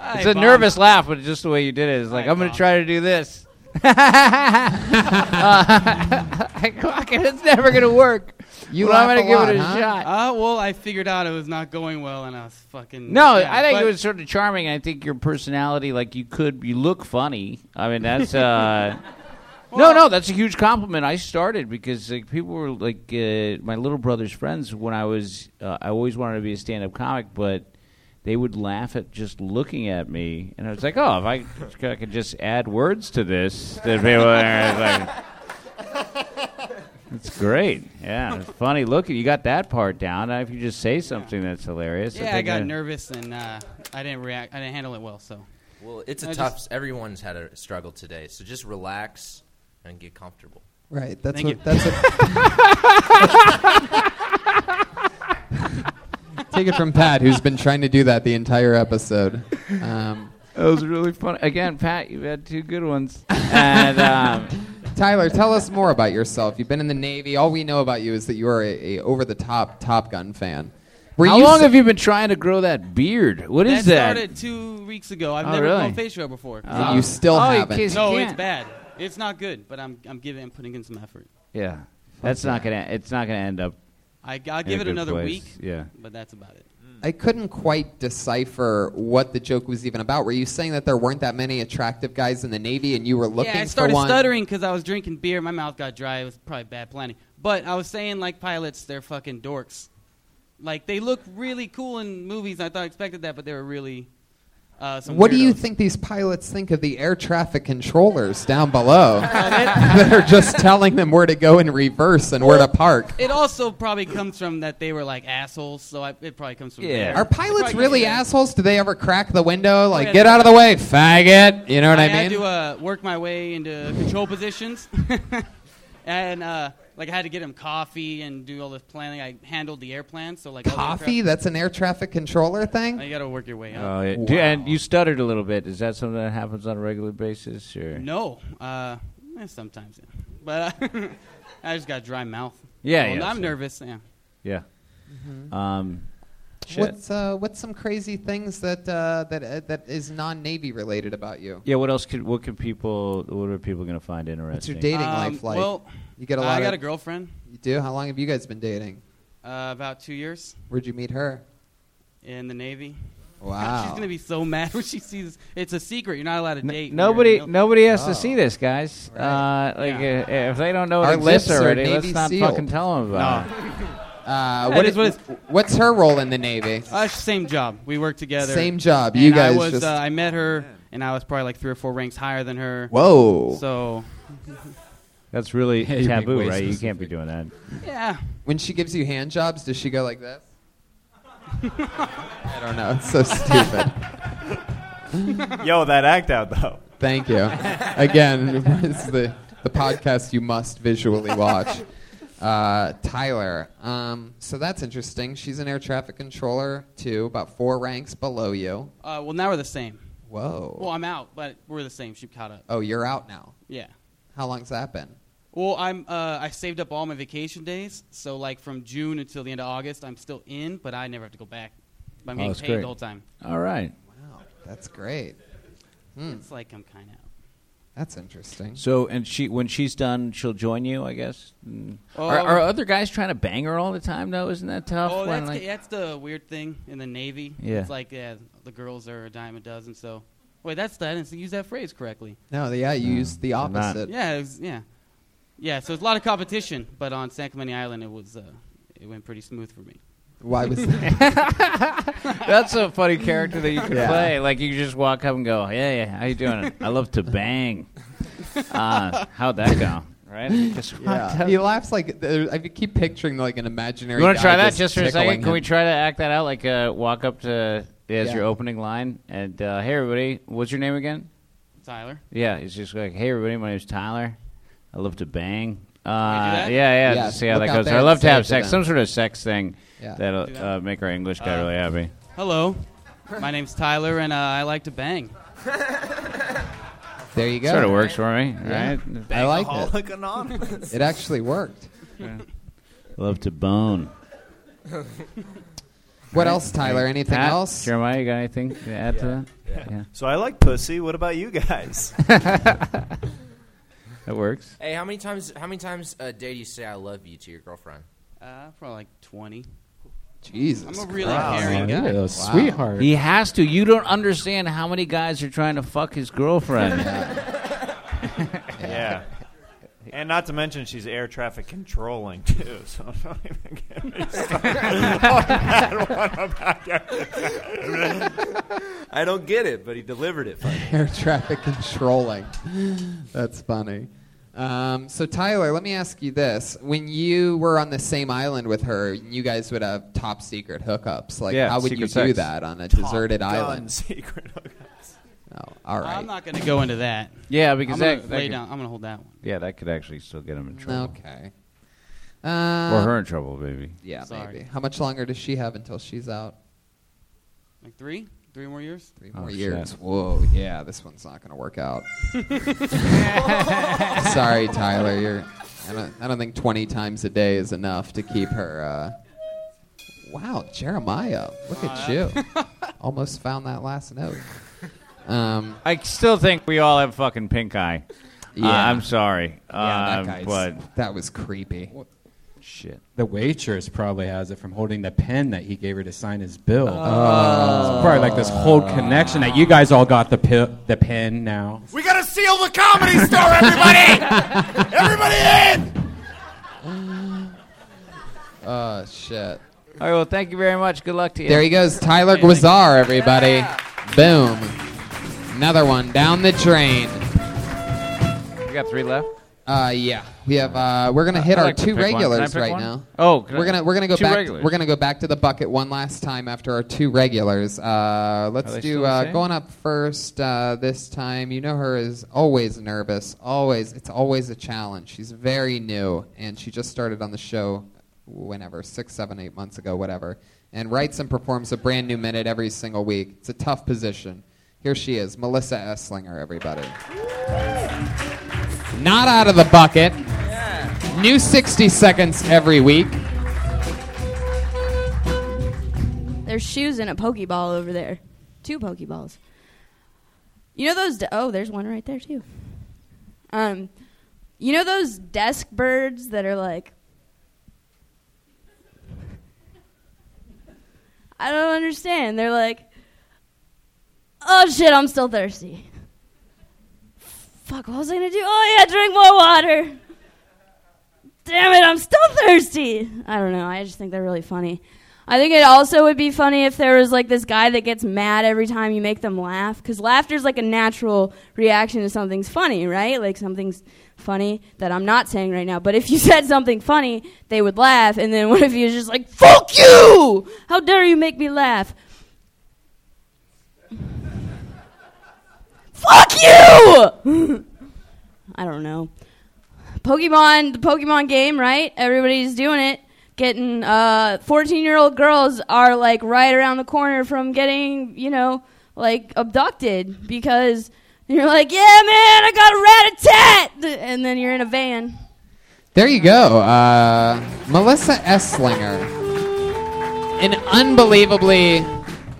I It's a bombed. nervous laugh, but just the way you did it is like I'm gonna try to do this. I clock it. It's never gonna work. but I'm gonna give it a shot. Uh, well, I figured out it was not going well, and I was fucking. No, yeah, I think but- it was sort of charming. I think your personality, like you could, you look funny. I mean, that's uh, no, no, that's a huge compliment. I started because like people were like uh, my little brother's friends when I was. Uh, I always wanted to be a stand-up comic, but they would laugh at just looking at me, and I was like, oh, if I, if I could just add words to this, then people are like. That's great. Yeah, it's funny. Look, you got that part down. Now, If you just say something that's hilarious, yeah, I think got that- nervous and uh, I didn't react. I didn't handle it well. So. Well, it's a I tough. just- everyone's had a struggle today, so just relax and get comfortable. Right. That's Thank what. you. That's what. Take it from Pat, who's been trying to do that the entire episode. Um, That was really funny. Again, Pat, you've had two good ones. And um, Tyler, tell us more about yourself. You've been in the Navy. All we know about you is that you are a, a over-the-top Top Gun fan. how long have you been trying to grow that beard? What is that? started two weeks ago. I've Oh, never really? grown facial hair before. And you still Oh, you haven't. kids No, can't. it's bad. It's not good. But I'm I'm giving. I'm putting in some effort. yeah, that's not gonna. It's not gonna end up. I, I'll in give a it good another place. week. Yeah. But that's about it. I couldn't quite decipher what the joke was even about. Were you saying that there weren't that many attractive guys in the Navy, and you were looking yeah, I for started one? stuttering because I was drinking beer. My mouth got dry. It was probably bad planning. But I was saying, like pilots, they're fucking dorks. Like they look really cool in movies. I thought I expected that, but they were really. Uh, some What do you weirdos. think these pilots think of the air traffic controllers down below that are just telling them where to go in reverse and where to park? It also probably comes from that they were like assholes, so I, it probably comes from there. Are It probably pilots comes really from there. assholes? Do they ever crack the window? Like, Oh, yeah, get they- out of the way, faggot. You know what I, had mean? to uh, work my way into control positions, and uh, like I had to get him coffee and do all this planning. I handled the air plan, so like all the aircraft- Coffee? That's an air traffic controller thing? Oh, you gotta work your way up. Oh, yeah. Do- and you stuttered a little bit. Is that something that happens on a regular basis? Or No, uh, eh, sometimes, yeah. but uh, I just got a dry mouth. Yeah, So yeah, I'm so- nervous. Yeah, yeah. Mm-hmm. Um, shit. What's uh, what's some crazy things that uh, that uh, that is non Navy related about you? Yeah. What else could? What could people? What are people gonna find interesting? What's your dating Um, life like? well, you get a I lot. got of, a girlfriend. You do? How long have you guys been dating? uh, about two years Where'd you meet her? in the Navy. Wow. she's gonna be so mad when she sees. It's a secret. You're not allowed to date. Nobody, You're- nobody has to see this, guys. Uh, like, uh, if they don't know it Oh. Our exists lips are already, Navy let's not SEAL. fucking tell them about No. it. Uh, That what is is, what what's her role in the Navy? Uh, same job. We worked together. Same job. You And guys I was. just- uh, I met her, and I was probably like three or four ranks higher than her. Whoa. So. That's really Yeah, you're being taboo, way right? You can't specific. be doing that. Yeah. When she gives you hand jobs, does she go like this? I don't know. It's so stupid. Yo, that act out though. Thank you. Again, it's the, the podcast you must visually watch. Uh, Tyler, um, so that's interesting. She's an air traffic controller, too, about four ranks below you. Uh, well, now we're the same. Whoa. Well, I'm out, but we're the same. She caught up. Oh, you're out now. Yeah. How long's that been? Well, I'm. Uh, I saved up all my vacation days, so like from June until the end of August, I'm still in, but I never have to go back. But Oh, I'm getting that's paid great. the whole time. All right. Wow, that's great. Hmm. It's like I'm kind of. That's interesting. So, and she, when she's done, she'll join you, I guess. Mm. are, Um, are other guys trying to bang her all the time though? Isn't that tough? Oh, when, that's, like- that's the weird thing in the Navy. Yeah. It's like yeah, the girls are a dime a dozen. So wait, that's that. I didn't use that phrase correctly. No, yeah, you used the they're not. opposite. Yeah, it was, yeah, yeah. So it's a lot of competition, but on San Clemente Island, it was uh, it went pretty smooth for me. Why was That's a funny character that you could Yeah. play. Like you could just walk up and go, "Yeah, yeah, how you doing? I love to bang." Uh, how'd that go? Right? Just Yeah. He laughs like there- I keep picturing like an imaginary. You want guy to try that just for a second? tickling Can we him. try to act that out? Like uh, walk up to as Yeah. your opening line and uh, hey everybody, what's your name again? Tyler. Yeah, it's just like hey everybody, my name's Tyler. I love to bang. Uh, that? yeah, yeah, Yeah, just see how look that out goes. there I and love to say it have to sex, them. some sort of sex thing Yeah. Do that'll that. uh, make our English guy really happy. Hello, my name's Tyler, and uh, I like to bang. There you go. Sort of works for me, Yeah. right? I like Alcoholic it. Anonymous. It actually worked. Love to bone. What else, Tyler? Hey, Anything Pat, else? Jeremiah, you got anything to add to that? Yeah. So I like pussy. What about you guys? That works. Hey, how many times? How many times a day do you say "I love you" to your girlfriend? Uh, probably like twenty. Jesus. I'm a really Christ. caring Yeah, guy. a sweetheart. He has to. You don't understand how many guys are trying to fuck his girlfriend. yeah. And not to mention, she's air traffic controlling too. So I'm not even getting me started on that one about that. I don't get it, but he delivered it. Funny. Air traffic controlling. That's funny. Um, so Tyler, let me ask you this: When you were on the same island with her, you guys would have top secret hookups. Like, Yeah, how would you secret do sex. that on a Top deserted gun island? secret Oh, all right. I'm not going to go into that. Yeah, because I'm that, gonna that lay could- down. I'm going to hold that one. Yeah, that could actually still get him in trouble. Okay. or Uh, her in trouble, maybe. Yeah, Sorry. maybe. How much longer does she have until she's out? Like three, three more years. Three Oh, More years. Whoa. Yeah, this one's not going to work out. Sorry, Tyler. You're. I don't, I don't think 20 times a day is enough to keep her. Uh, wow, Jeremiah. Look at you. Almost found that last note. Um, I still think we all have fucking pink eye. Uh, Yeah. I'm sorry. Yeah, that Um, guy's- but that was creepy. Shit. The waitress probably has it from holding the pen that he gave her to sign his bill. Oh. It's probably like this whole connection that you guys all got the pi- the pen now. We gotta seal the comedy store, everybody! everybody in! Oh shit. All right. Well, thank you very much. Good luck to you. There he goes, Tyler Guizar, everybody. Boom. Another one down the drain. We got three left. Uh, yeah, we have. Uh, we're gonna I- hit I our like to two pick one. Can I regulars pick right one? now. Oh, can I- we're gonna we're gonna go two back. regulars. We're gonna go back to the bucket one last time after our two regulars. Uh, Are let's they do still the uh, same? going up first uh, this time. You know her is always nervous. Always, it's always a challenge. She's very new, and she just started on the show. Whenever six, seven, eight months ago, whatever, and writes and performs a brand new minute every single week. It's a tough position. Here she is, Melissa Esslinger, everybody. Not out of the bucket. New 60 seconds every week. There's shoes and a pokeball over there. Two pokeballs. You know those. De- oh, there's one right there too. Um, you know those desk birds that are like. I don't understand. They're like, oh shit, I'm still thirsty. Fuck, what was I gonna do? Oh yeah, drink more water. Damn it, I'm still thirsty. I don't know. I just think they're really funny. I think it also would be funny if there was like this guy that gets mad every time you make them laugh cuz laughter's like a natural reaction to something's funny, right? Like something's funny that I'm not saying right now, but if you said something funny, they would laugh and then what if he was just like, "Fuck you! How dare you make me laugh?" Fuck you! I don't know. Pokemon, the Pokemon game, right? Everybody's doing it. Getting uh, 14 year old girls are like right around the corner from getting, you know, like abducted because you're like, yeah, man, I got a rat a tat! And then you're in a van. There you go. Uh, Melissa Esslinger. An unbelievably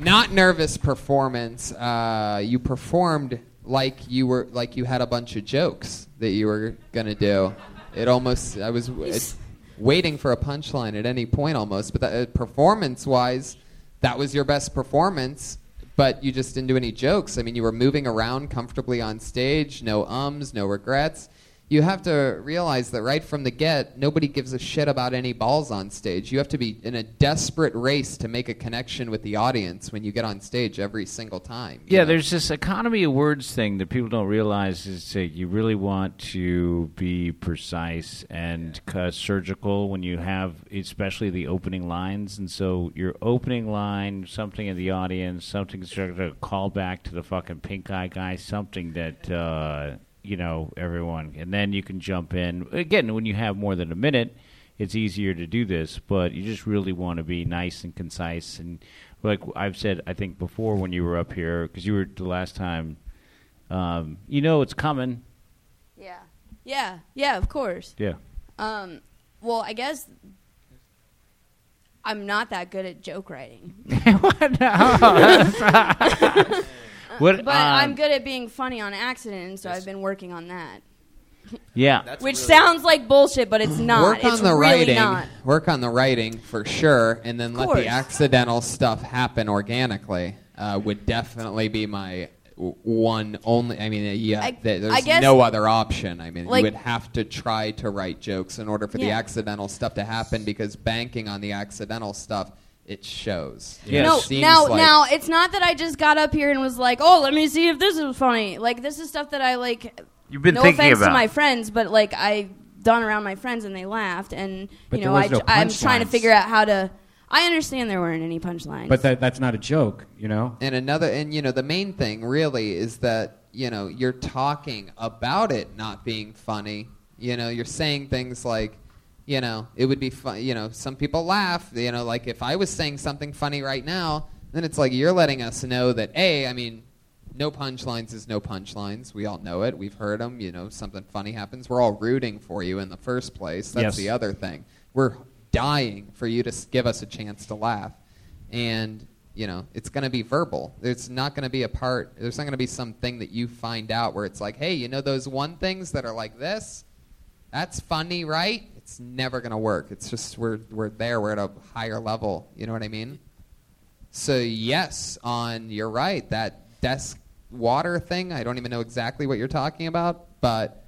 not nervous performance. Uh, you performed like you were like you had a bunch of jokes that you were gonna do. It almost I was w- it's waiting for a punchline at any point almost. But that, uh, performance wise, that was your best performance. But you just didn't do any jokes. I mean, you were moving around comfortably on stage. No ums, no regrets you have to realize that right from the get, nobody gives a shit about any balls on stage. You have to be in a desperate race to make a connection with the audience when you get on stage every single time. Yeah, there's this economy of words thing that people don't realize is that you really want to be precise and uh, surgical when you have, especially the opening lines. And so your opening line, something in the audience, something sort of call back to the fucking pink eye guy, something that uh, you know everyone, and then you can jump in again when you have more than a minute it's easier to do this, but you just really want to be nice and concise. And like I've said, I think before when you were up here, because you were the last time, um, you know it's coming. Yeah. Yeah, yeah, of course. Yeah. Um, well, I guess I'm not that good at joke writing. What, but I'm um, good at being funny on accident, and so I've been working on that. Yeah. Which sounds like bullshit, but it's not. Work on it's the really writing. not. Work on the writing for sure, and then let course. the accidental stuff happen organically. Uh, would definitely be my w- one only. I mean, uh, yeah, I- th- I there's guess- no other option. I mean, Like- you would have to try to write jokes in order for the Yeah. accidental stuff to happen because banking on the accidental stuff it shows. You Yes. know, No, it seems now, like- now it's not that I just got up here and was like, "Oh, let me see if this is funny." Like this is stuff that I like You've been no thinking offense about. to my friends, but like I done around my friends and they laughed, and But you there know was I no I'm trying to punchlines. figure out how to. I understand there weren't any punchlines. But that, that's not a joke, you know? And another, and you know, the main thing really is that you know you're talking about it not being funny. You know, you're saying things like, you know, it would be fun. You know, some people laugh. You know, like if I was saying something funny right now, then it's like you're letting us know that a, I mean, no punchlines is no punchlines. We all know it. We've heard them. You know, something funny happens. We're all rooting for you in the first place. That's Yes. the other thing. We're dying for you to s- give us a chance to laugh. And, you know, it's going to be verbal. There's not going to be a part, there's not going to be something that you find out where it's like, hey, you know those one things that are like this? That's funny, right? It's never going to work. It's just we're, we're there. We're at a higher level. You know what I mean? So yes, on you're right. That desk water thing. I don't even know exactly what you're talking about, but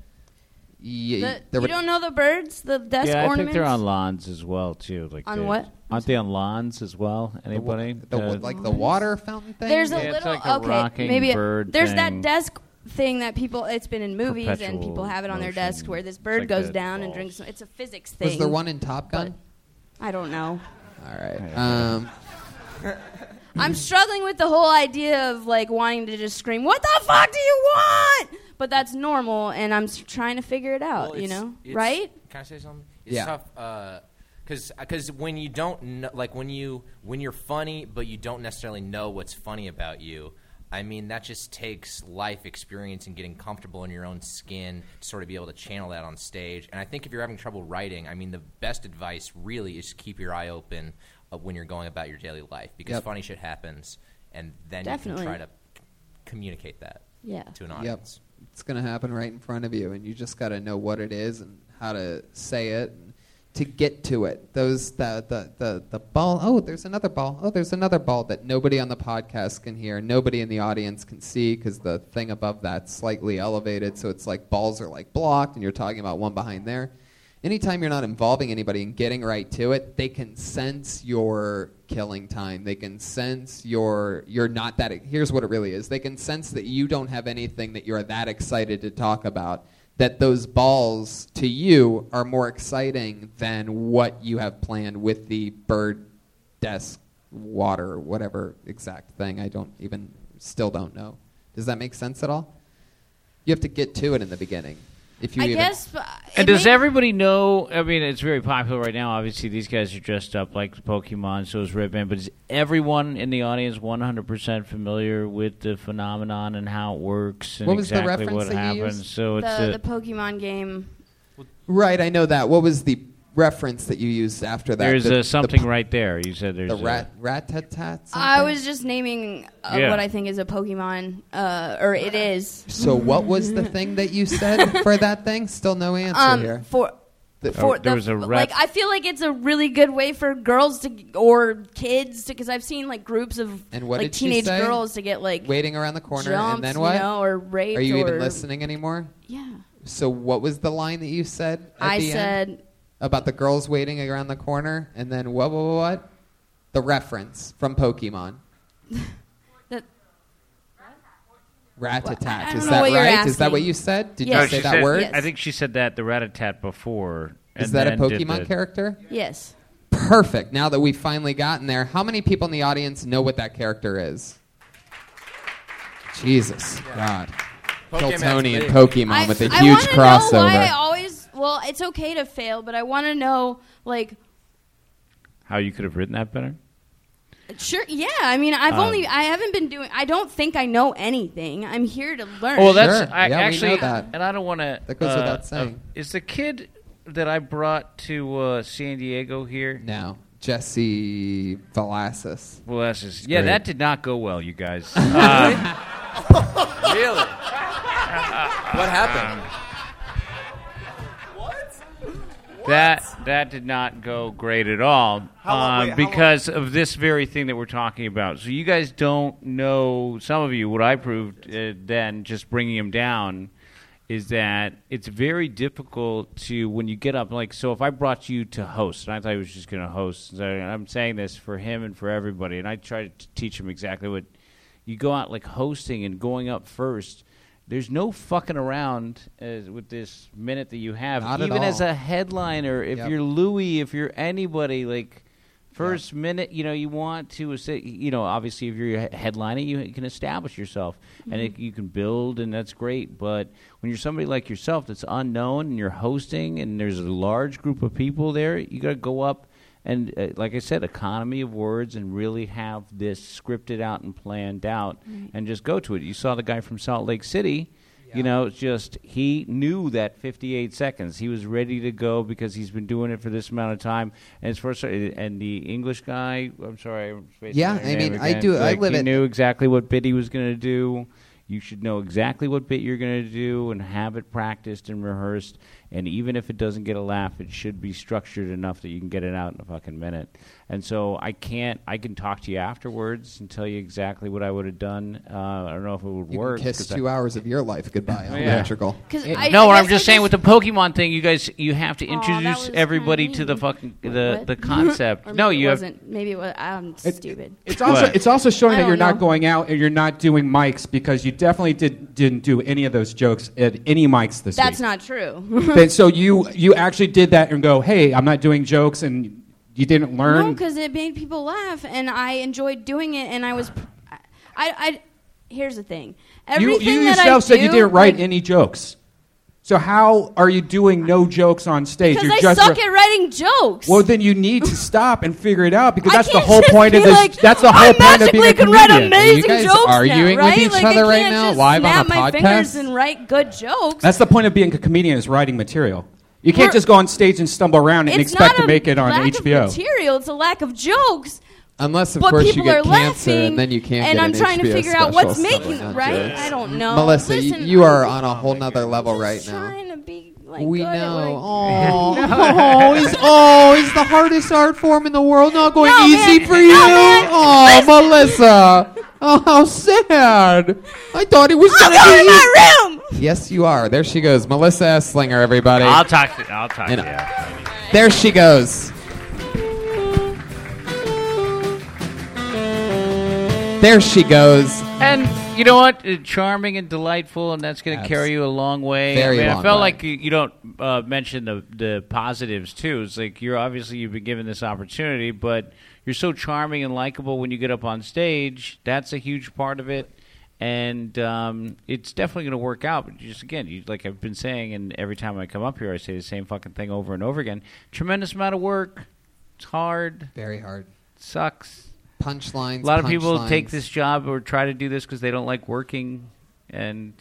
The- y- there you would- don't know the birds, the desk yeah, I think ornaments. they're on lawns as well too. Like On they- what? Aren't they on lawns as well? Anybody? the wa- like the water fountain thing. There's a Yeah, it's little like a okay, rocking maybe bird there's thing. that desk thing that people. It's been in movies and people Perpetual have it on their motion. desk where this It's bird like goes the down and drinks. It's a physics thing. was there one in Top Gun? I don't know. All right. Um, I'm struggling with the whole idea of like wanting to just scream, "What the fuck do you want?" But that's normal, and I'm s- trying to figure it out. you it's- know, it's- right? Can I say something? It's Yeah. tough because because when you don't know, like when you when you're funny, but you don't necessarily know what's funny about you. I mean, that just takes life experience and getting comfortable in your own skin to sort of be able to channel that on stage. And I think if you're having trouble writing, I mean, the best advice really is to keep your eye open uh, when you're going about your daily life because Yep. funny shit happens, and then Definitely. you can try to communicate that Yeah. to an yep. audience. It's gonna happen right in front of you, and you just gotta know what it is and how to say it. And, to get to it, those the, the the the ball. Oh, there's another ball. Oh, there's another ball that nobody on the podcast can hear, nobody in the audience can see because the thing above that's slightly elevated, so it's like balls are like blocked, and you're talking about one behind there. anytime you're not involving anybody and getting right to it, they can sense your killing time. They can sense your you're not that. Here's what it really is. They can sense that you don't have anything that you're that excited to talk about. That those balls to you are more exciting than what you have planned with the bird desk water whatever exact thing. I don't even still don't know. Does that make sense at all? You have to get to it in the beginning. If you I even, guess. But And it does may- everybody know? I mean, it's very popular right now. Obviously, these guys are dressed up like the Pokemon, so is Red Band. But is everyone in the audience 100% familiar with the phenomenon and how it works and What was the exactly reference what that you happens? used? So it's the, a, the Pokemon game. Right, I know that. What was the reference that you used after that? there's The- a something right there. You said there's The a- rat rat tat tat. I was just naming uh, Yeah. what I think is a Pokemon, uh, or it is. So what was the thing that you said for that thing? Still no answer Um, here. For The- Oh, for Oh, the- Like I feel like it's a really good way for girls to or kids because I've seen like groups of And what like did she teenage say? girls to get like waiting around the corner jumps, and then you what? know, or raped Are you or- even listening anymore? Yeah. So what was the line that you said? at I the end? said- about the girls waiting around the corner, and then what? What? what, What? The reference from Pokemon. The- Rat tat I tat. don't Is know that what right? you're Is that what asking. you said? Did No, you say she that said- word? I think she said that the Ratatat before. Is and that a then did Pokemon the- character? yes. Perfect. Now that we've finally gotten there, how many people in the audience know what that character is? Jesus God. Kill Pokemon's Tony and big. Pokemon I, with a I huge wanna crossover. Know why I always well, it's okay to fail, but I want to know like How you could have written that better? sure, yeah. I mean, I've Um, only I haven't been doing. I don't think I know anything. I'm here to learn. Well, that's I actually, and I don't want to. That goes without saying. is the kid that I brought to uh, San Diego here? now, Jesse Velasquez. Velasquez. Yeah, that did not go well, you guys. Uh, really? what happened? That that did not go great at all How long- um, wait, how long- because of this very thing that we're talking about. So you guys don't know. Some of you, what I proved uh, then, just bringing him down, is that it's very difficult to when you get up. Like, so if I brought you to host, and I thought he was just going to host, so I'm saying this for him and for everybody, and I try to t- teach him exactly what you go out like hosting and going up first There's no fucking around uh, with this minute that you have. Not at Even as all. a headliner, if Yep. you're Louis, if you're anybody, like first minute, you know, you want to, es- you know, obviously if you're he- headlining, you can establish yourself Mm-hmm. and it, you can build, and that's great. But when you're somebody like yourself that's unknown and you're hosting, and there's a large group of people there, you got to go up. And uh, like I said, economy of words, and really have this scripted out and planned out, Right. and just go to it. You saw the guy from Salt Lake City. You know, it's just he knew that 58 seconds. He was ready to go because he's been doing it for this amount of time. And as far as and the English guy, I'm sorry. I'm spacing Yeah, on your I name mean, I again. do- I Like, live he it- knew exactly what bit he was going to do. You should know exactly what bit you're going to do and have it practiced and rehearsed. And even if it doesn't get a laugh, it should be structured enough that you can get it out in a fucking minute. And so I can't. I can talk to you afterwards and tell you exactly what I would have done. Uh, I don't know if it would You work. can kiss 'cause I- two hours of your life goodbye on Yeah. Electrical. It- I- no, I what I'm guess just I saying with the Pokemon thing, you guys, you have to introduce was everybody kinda to the mean. fucking the, What? the concept. Or no, maybe you it have wasn't. Maybe it was. I'm stupid. It's also, it's also showing I that you're don't not know. going out and you're not doing mics because you definitely did, didn't do any of those jokes at any mics this That's week. not true. But so you you actually did that and go, hey, I'm not doing jokes, and you didn't learn. No, because it made people laugh, and I enjoyed doing it, and I was. I, I here's the thing. Ah. you, Everything you that I yourself said you do- didn't write any jokes. So how are you doing no jokes on stage? because You're I just suck re- at writing jokes. Well, then you need to stop and figure it out because I that's the can't whole just point of be this. like, that's the "I whole point of being a magically can write comedian. amazing you guys jokes now, arguing right? with each Like, I other right can't now, just live on a snap my fingers podcast? and write good jokes. That's the point of being a comedian is writing material. You can't We're- just go on stage and stumble around and it's expect not to a make it on lack HBO. Of material. It's a lack of jokes. Unless, of But course, you people get are cancer laughing, and then you can't and get I'm an trying to HBO figure out special what's stuff making- on right? jokes. I don't know. Melissa, you- Listen, you are on a whole nother level right now. Trying to be like we good at know. what I- Oh, he's oh, he's the hardest art form in the world. Not going No, easy man. for No, you. man. Oh, Melissa. Oh, how sad. I thought it was I'll gonna go be to my room. Yes, you are. There she goes, Melissa Esslinger. Everybody. I'll talk to- I'll talk to you There she goes. There she goes. and you know what? Uh, Charming and delightful, and that's going to carry you a long way. I, Very mean, long I felt way. like you, you don't uh, mention the the positives too. It's like you're obviously you've been given this opportunity, but you're so charming and likable when you get up on stage. That's a huge part of it. And um, it's definitely going to work out. But just again, you, like I've been saying, and every time I come up here, I say the same fucking thing over and over again. Tremendous amount of work. It's hard. Very hard. Sucks. Punchlines. A lot of people punchlines. take this job or try to do this because they don't like working, and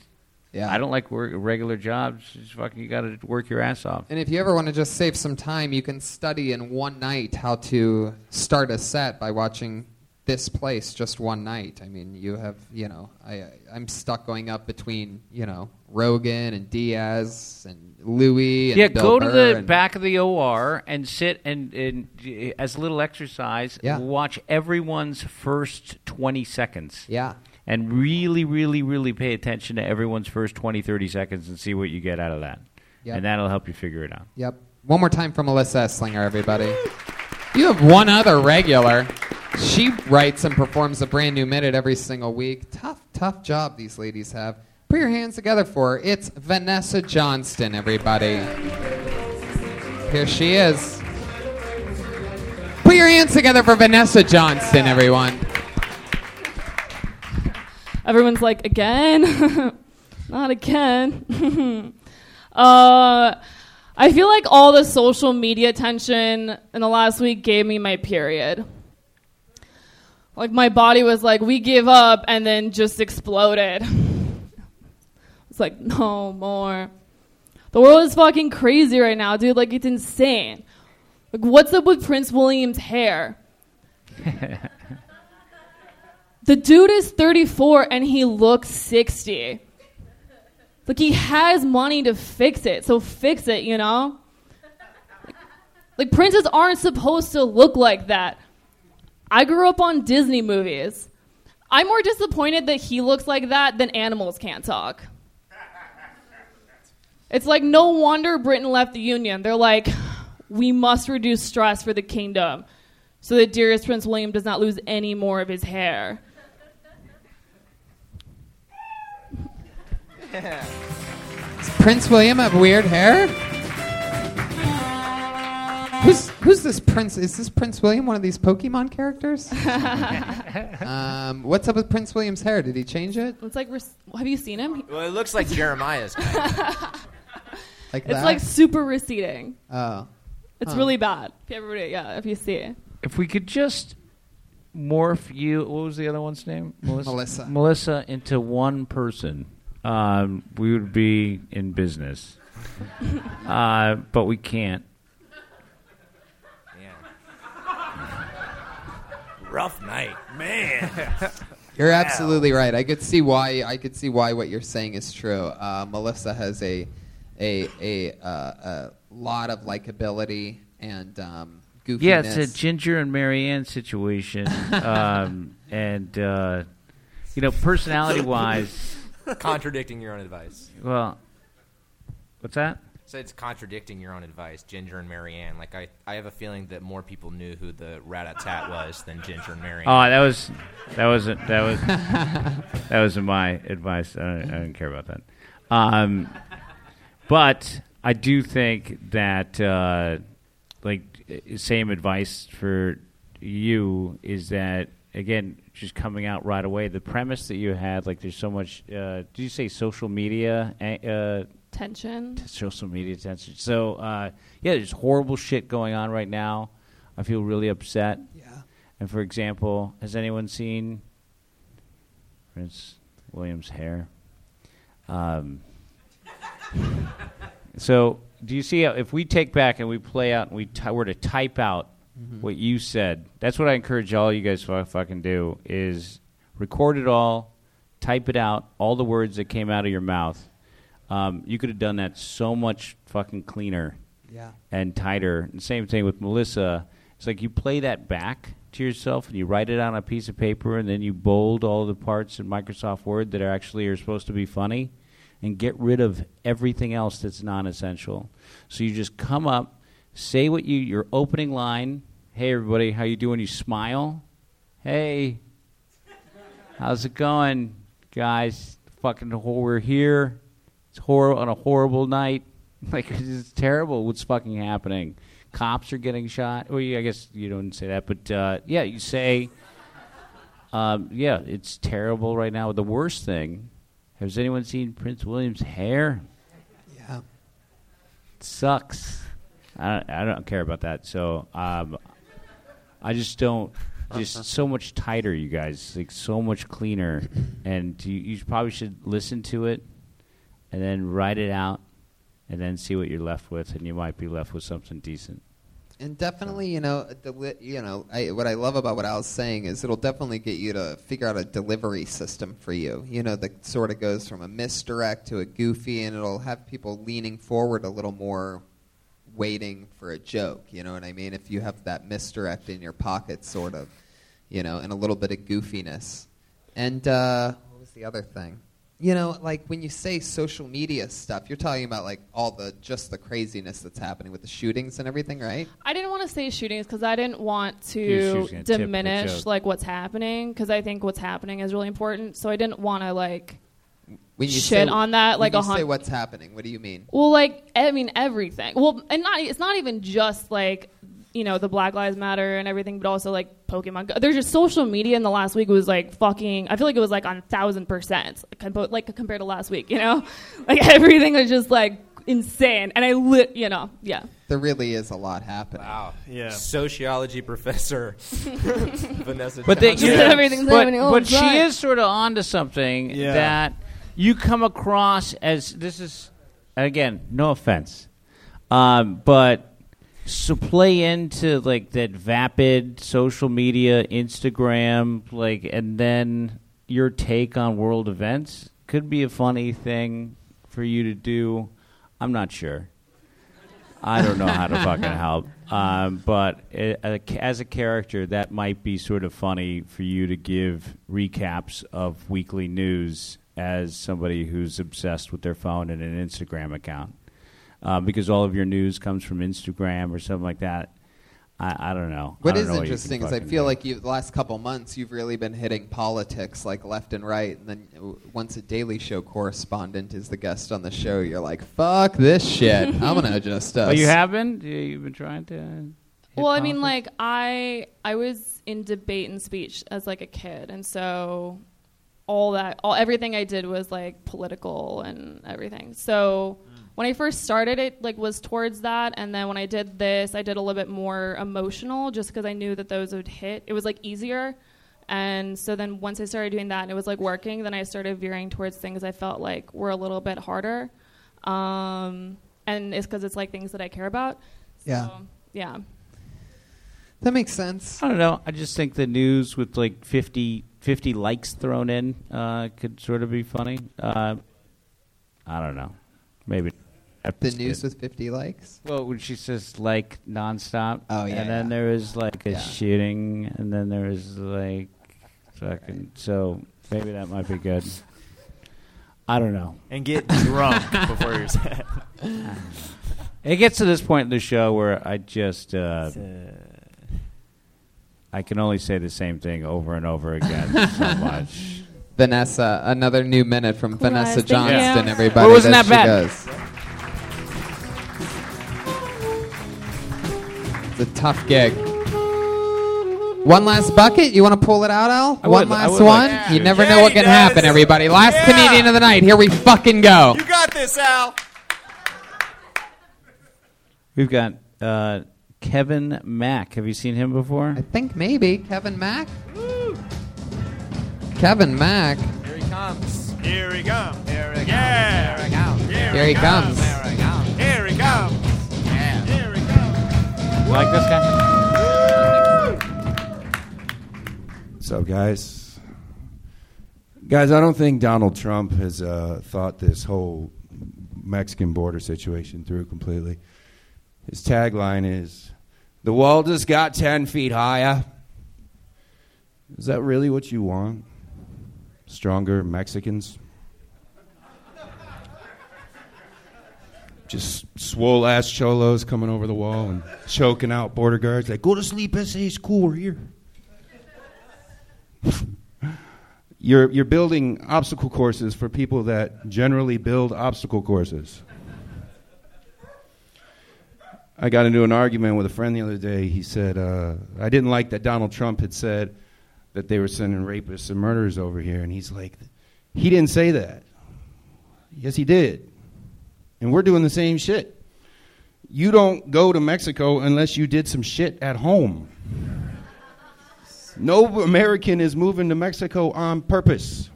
I don't like work, regular jobs. It's fucking, you got to work your ass off. And if you ever want to just save some time, you can study in one night how to start a set by watching this place just one night. I mean, you have, you know, I, I'm stuck going up between, you know, Rogan and Diaz and Louis. And yeah, Bill go to Burr the and- back of the OR and sit and, and uh, as little exercise, Yeah. watch everyone's first twenty seconds. Yeah. And really, really, really pay attention to everyone's first 20, 30 seconds and see what you get out of that. Yep. And that'll help you figure it out. Yep. One more time for Melissa Esslinger, everybody. You have one other regular. She writes and performs a brand new minute every single week. Tough, tough job these ladies have. Put your hands together for her. It's Vanessa Johnston, everybody. Here she is. Put your hands together for Vanessa Johnston, everyone. everyone's like again not again uh, i feel like all the social media attention in the last week gave me my period like my body was like we give up and then just exploded it's like no more the world is fucking crazy right now dude like it's insane like what's up with prince william's hair The dude is 34 and he looks 60. Like he has money to fix it, so fix it, you know? Like princes aren't supposed to look like that. I grew up on Disney movies. I'm more disappointed that he looks like that than animals can't talk. It's like no wonder Britain left the Union. They're like, we must reduce stress for the kingdom so that dearest Prince William does not lose any more of his hair. Does Prince William have weird hair? Who's who's this Prince? Is this Prince William one of these Pokemon characters? um, what's up with Prince William's hair? Did he change it? It's like, res- have you seen him? Well, it looks like Jeremiah's. Like it's that? like super receding. oh. It's Huh. really bad. If Everybody, yeah, if you see it. If we could just morph you, what was the other one's name? Melissa. Melissa. Melissa into one person, um, we would be in business. uh, but we can't. Rough night, man. You're absolutely right. I could see why. I could see why what you're saying is true. Uh, Melissa has a a a, uh, a lot of likability and um, goofiness. Yeah, it's a Ginger and Marianne situation, um, and uh, you know, personality-wise, contradicting your own advice. well, what's that? So it's contradicting your own advice, Ginger and Marianne. Like I, I have a feeling that more people knew who the rat-a-tat was than Ginger and Marianne. Oh, that was that wasn't that was that wasn't my advice. I don't, I don't care about that. Um, but I do think that uh, like eh, same advice for you is that again just coming out right away. The premise that you had like there's so much. Uh, did you say social media? eh, Uh, Tension. t- social media attention. So uh, yeah, there's horrible shit going on right now. I feel really upset. Yeah. And for example, has anyone seen Prince William's hair? Um, so do you see how if we take back and we play out and we t- were to type out Mhm. what you said? That's what I encourage all you guys to fucking do is record it all, type it out, all the words that came out of your mouth. Um, you could have done that so much fucking cleaner Yeah. and tighter. And same thing with Melissa. It's like you play that back to yourself and you write it on a piece of paper and then you bold all the parts in Microsoft Word that are actually are supposed to be funny and get rid of everything else that's non-essential. So you just come up, say what you your opening line, "Hey everybody, how you doing?" You smile. "Hey, How's it going, guys? Fucking hor- we're here. It's horror on a horrible night. Like it's terrible. What's fucking happening? Cops are getting shot. Well, yeah, I guess you don't say that, but uh, yeah, you say, um, yeah, it's terrible right now. The worst thing. Has anyone seen Prince William's hair? Yeah. sucks. I don't, I don't care about that. So um, I just don't. Just so much tighter, you guys. Like so much cleaner, and you, you probably should listen to it, and then write it out, and then see what you're left with, and you might be left with something decent. And definitely, you know, deli- you know, I, what I love about what Al's saying is it'll definitely get you to figure out a delivery system for you. You know, that sort of goes from a misdirect to a goofy, and it'll have people leaning forward a little more, waiting for a joke. You know what I mean? If you have that misdirect in your pocket, sort of, you know, and a little bit of goofiness, and uh, what was the other thing? you know, like when you say social media stuff, you're talking about like all the just the craziness that's happening with the shootings and everything, right? I didn't want to say shootings because I didn't want She was to gonna tip the diminish joke. like what's happening because I think what's happening is really important. So I didn't want to like When you shit say, on that like when a you say hundred. what's happening, what do you mean? Well, like I mean everything. Well, and not it's not even just like you know the Black Lives Matter and everything, but also like Pokemon. Go. There's just social media in the last week was like fucking. I feel like it was like on thousand percent compo- like compared to last week. You know, like everything was just like insane, and I lit. You know, yeah. There really is a lot happening. Wow. Yeah. Sociology professor Vanessa. But they, Johnson. you- but, but she time. is sort of onto something Yeah. that you come across as this is again no offense, um, but so play into like that vapid social media, Instagram, like, and then your take on world events could be a funny thing for you to do. I'm not sure. I don't know how to fucking help. Um, but uh uh, as a character, that might be sort of funny for you to give recaps of weekly news as somebody who's obsessed with their phone and an Instagram account. Uh, because all of your news comes from Instagram or something like that. I, I don't know. What I is don't know you can interesting is I fucking feel like you the last couple months you've really been hitting politics like left and right, and then w- once a Daily Show correspondent is the guest on the show, you're like, "Fuck this shit! I'm gonna just." Uh, Well, Oh, you s- have been. You- You've been trying to. Well, I mean, like I I was in debate and speech as like a kid, and so all that all everything I did was like political and everything. So when I first started, it like was towards that, and then when I did this, I did a little bit more emotional, just because I knew that those would hit. It was like easier. And so then once I started doing that and it was like working, then I started veering towards things I felt like were a little bit harder. Um, and it's because it's like things that I care about. Yeah. So, yeah. That makes sense. I don't know. I just think the news with like 50, 50 likes thrown in uh, could sort of be funny. Uh, I don't know. Maybe. the news with 50 likes. Well, when she says like nonstop. Oh, yeah, And then there was like a shooting, and then there was like fucking. So maybe that might be good. I don't know. And get drunk before you're sad. It gets to this point in the show where I just uh, I can only say the same thing over and over again so much. Vanessa, another new minute from Vanessa guys, thank you. Johnston. Yeah. Everybody, Well, wasn't There that she bad. goes. It's a tough gig. One last bucket. You want to pull it out, Al? I one would- I last would one. like to. you never Yeah, know what he can does. happen, everybody. Last comedian of the night. Here we fucking go. You got this, Al. We've got uh, Kevin Mack. Have you seen him before? I think maybe Kevin Mack. Kevin Mack. Here he comes. Here he comes. Here he yeah. comes. Here he comes. Here he comes. Here he comes. Like this guy. What's up, guys? Guys, I don't think Donald Trump has uh, thought this whole Mexican border situation through completely. His tagline is The wall just got 10 feet higher. Is that really what you want? Stronger Mexicans? Just swole ass cholos coming over the wall and choking out border guards like, go to sleep, SA, it's cool, we're here. you're, you're building obstacle courses for people that generally build obstacle courses. I got into an argument with a friend the other day. He said, uh, I didn't like that Donald Trump had said that they were sending rapists and murderers over here. And he's like, he didn't say that. Yes, he did. And we're doing the same shit. You don't go to Mexico unless you did some shit at home. No American is moving to Mexico on purpose.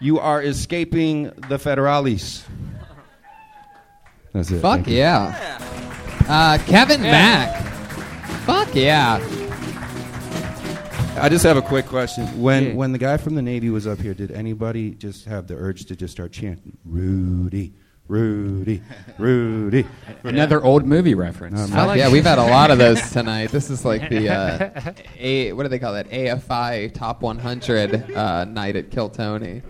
You are escaping the federales. That's it. Fuck Thank you. yeah. Uh, Kevin Yeah. Mack. Fuck yeah. I just have a quick question. When when the guy from the Navy was up here, did anybody just have the urge to just start chanting Rudy, Rudy, Rudy? Another old movie reference. Um, Fuck yeah, we've had a lot of those tonight. This is like the uh, a what do they call that? AFI Top 100 uh, night at Kill Tony.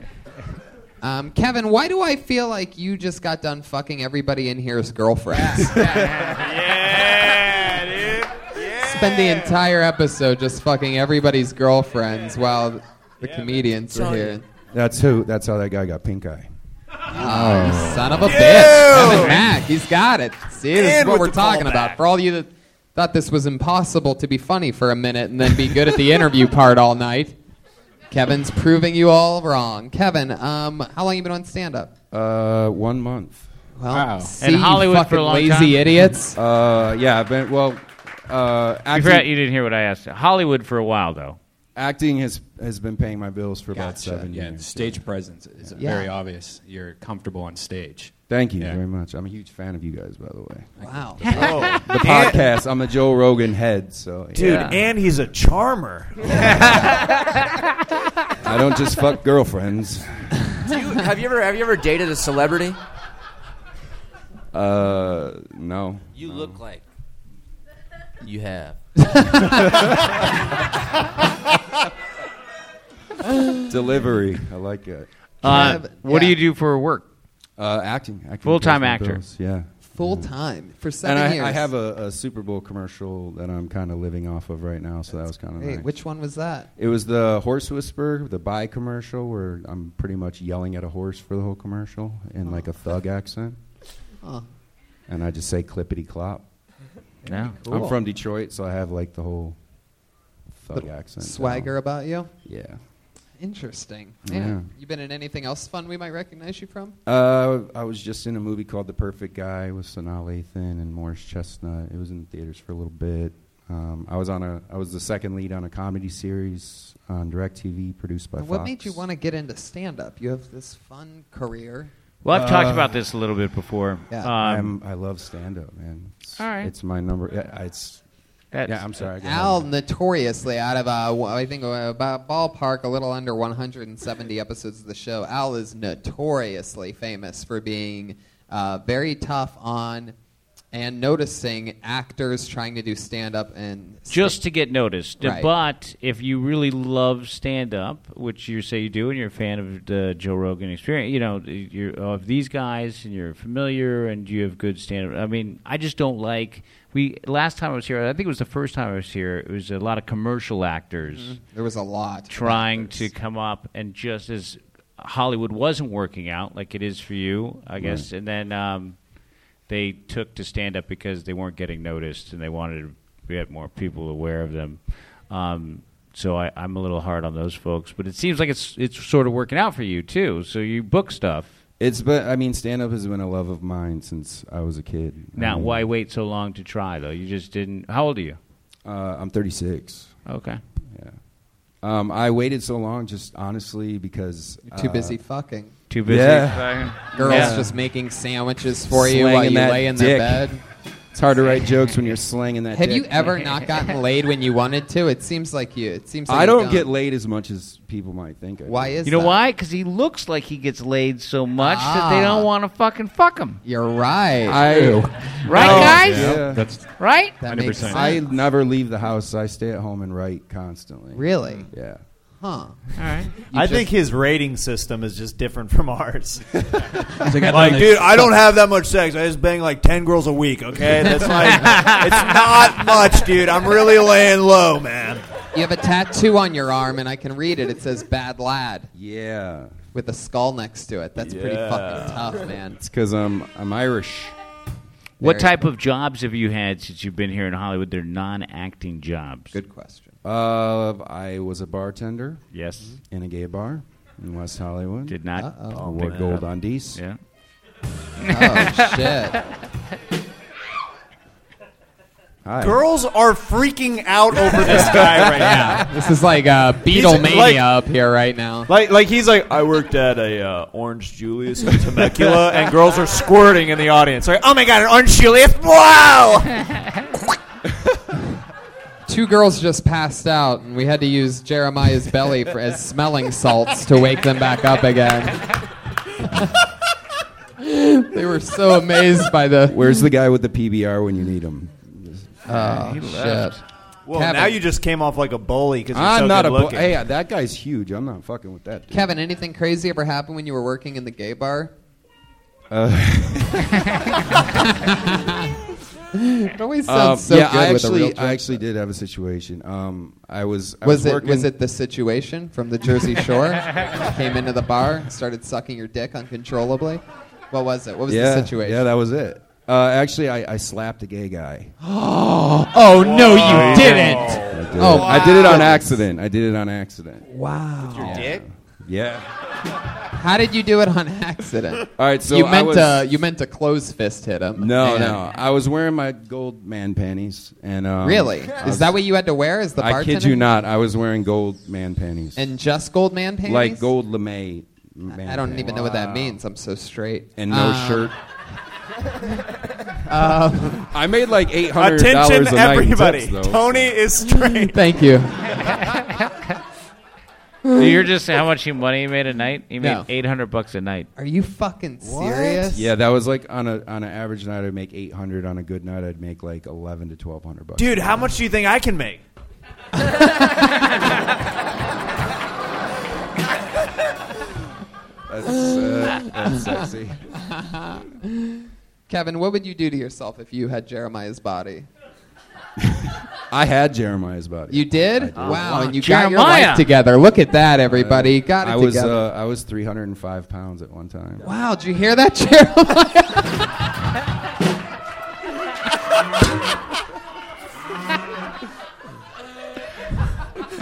Um, Kevin, why do I feel like you just got done fucking everybody in here's girlfriends? Spend the entire episode just fucking everybody's girlfriends while the comedians are here. That's who. That's how that guy got pink eye. Oh, son of a bitch. Kevin Mack, he's got it. See, this is In what with we're the talking about. For all you that thought this was impossible to be funny for a minute and then be good at the interview part all night, Kevin's proving you all wrong. Kevin, um, how long you been on stand up? Uh, one month. Well, Wow. see, In you Hollywood fucking for a long lazy time? idiots. Uh, yeah, I've been well. Uh, You acting, forgot you didn't hear what I asked. Hollywood for a while though. acting has has been paying my bills for about seven yeah, years. stage presence is Yeah. very obvious. You're comfortable on stage. Thank you very much. I'm a huge fan of you guys, by the way. Wow. Oh. the podcast. I'm a Joe Rogan head, so Dude, and he's a charmer. I don't just fuck girlfriends. Do you, have you ever have you ever dated a celebrity? Uh, no. You look like. um, You have. Delivery. I like it. Uh, what do you do for work? Uh, acting. acting Full-time pays my actor. bills, Yeah. full time for seven Mm. and I, years. I have a, a Super Bowl commercial that I'm kind of living off of right now, so that was kind of Hey, nice. which one was that? It was the horse whisper, the buy commercial, where I'm pretty much yelling at a horse for the whole commercial in like a thug accent, Huh. and I just say clippity clop. Yeah, I'm from Detroit, so I have like the whole thug Little accent. Swagger about you? Yeah. Interesting. Yeah. Yeah. You been in anything else fun we might recognize you from? Uh, I was just in a movie called The Perfect Guy with Sanaa Lathan and Morris Chestnut. It was in theaters for a little bit. Um, I was on a I was the second lead on a comedy series on DirecTV produced by And what Fox. made you want to get into stand up? You have this fun career. Well, I've talked Uh, about this a little bit before. Yeah, Um, I'm, I love stand up, man. It's, All right. it's my number. Yeah, it's yeah. I'm sorry. I got- Al notoriously out of uh, wh- I think uh, about ballpark a little under 170 episodes of the show. Al is notoriously famous for being uh, very tough on and noticing actors trying to do stand up and just to get noticed. Right. But if you really love stand up, which you say you do, and you're a fan of the Joe Rogan experience, you know, you're of these guys, and you're familiar, and you have good stand up. I mean, I just don't like. We last time I was here, I think it was the first time I was here. It was a lot of commercial actors. Mhm. There was a lot trying to come up, and just as Hollywood wasn't working out like it is for you, I guess, and then. Um, they took to stand up because they weren't getting noticed and they wanted to get more people aware of them. Um, so I, I'm a little hard on those folks, but it seems like it's it's sort of working out for you too. So you book stuff It's but I mean, stand up has been a love of mine since I was a kid. now. I mean, Why wait so long to try though? You just didn't. How old are you? Uh, I'm 36. Okay. Yeah. Um, I waited so long, just honestly, because You're too uh, busy fucking. Too busy Yeah. fucking. Girls Yeah. just making sandwiches for you while Slanging you that lay in dick. their bed. It's hard to write jokes when you're slanging that. Have you dick. ever not gotten laid when you wanted to? It seems like you. It seems. Like I you don't, get laid as much as people might think. I Why do. is You know why? Because he looks like he gets laid so much that they Ah. don't want to fucking fuck him. You're right. I, Ew. Right, No. guys? Yeah. That's- Right? That makes 100%. I sense. never leave the house. I stay at home and write constantly. Really? Yeah. Huh. All right. I think his rating system is just different from ours. like, dude, I don't have that much sex. I just bang like ten girls a week. Okay, that's like it's not much, dude. I'm really laying low, man. You have a tattoo on your arm, and I can read it. It says "Bad Lad." Yeah. With a skull next to it. That's pretty Yeah. fucking tough, man. It's because I'm I'm Irish. What type of jobs have you had since you've been here in Hollywood? They're non-acting jobs. Good question. Uh, I was a bartender. Yes. Mm-hmm. In a gay bar in West Hollywood. Did not. I Uh-oh. Wore Open it gold up. undies. Yeah. Oh shit. Hi. Girls are freaking out over this guy right now. This is like uh, Beatlemania like- up here right now. Like, like he's like, I worked at a uh, Orange Julius in Temecula, and girls are squirting in the audience. Like, oh my god, an Orange Julius! Wow. Two girls just passed out, and we had to use Jeremiah's belly for, as smelling salts to wake them back up again. they were so amazed by the. Where's the guy with the PBR when you need him? Oh, He shit. left. Well, Kevin. now you just came off like a bully because you're I'm so not good a. bu- looking. hey, uh, that guy's huge. I'm not fucking with that. Dude. Kevin, anything crazy ever happened when you were working in the gay bar? Uh, it always sounds so Uh, yeah, good I with a actually, real joke. I actually did have a situation. Um, I was I was, was, it working, was it the situation from the Jersey Shore? Came into the bar, started sucking your dick uncontrollably. What was it? What was yeah, the situation? Yeah, that was it. Uh, actually, I, I slapped a gay guy. Oh, oh, no, you Whoa. didn't. I did. Oh, I did it on wow. accident. I did it on accident. Wow. With your dick? Yeah. How did you do it on accident? All right, so you I meant uh, was- to you meant to close fist hit him. No, and- no. I was wearing my gold man panties, and um, Really? I Is was- that what you had to wear? Is the I bartender? kid you not. I was wearing gold man panties, And just gold man panties? like gold lame. Man I don't even know what that Wow. means. I'm so straight. and no Um, shirt. um, I made like eight hundred dollars a Attention, night. in everybody! tips, though. Tony is straight. Thank you. So you're just how much you money you made a night? You made No. 800 bucks a night. Are you fucking serious? Yeah, that was like on a on an average night I'd make eight hundred. On a good night I'd make like eleven to twelve hundred bucks. Dude, how much do you think I can make? That's, uh, that's sexy. Kevin, what would you do to yourself if you had Jeremiah's body? I had Jeremiah's body. You did? I did. Wow, and you got your life together. Look at that, everybody. You got it I was together. uh, I was 305 pounds at one time. wow, did you hear that, Jeremiah?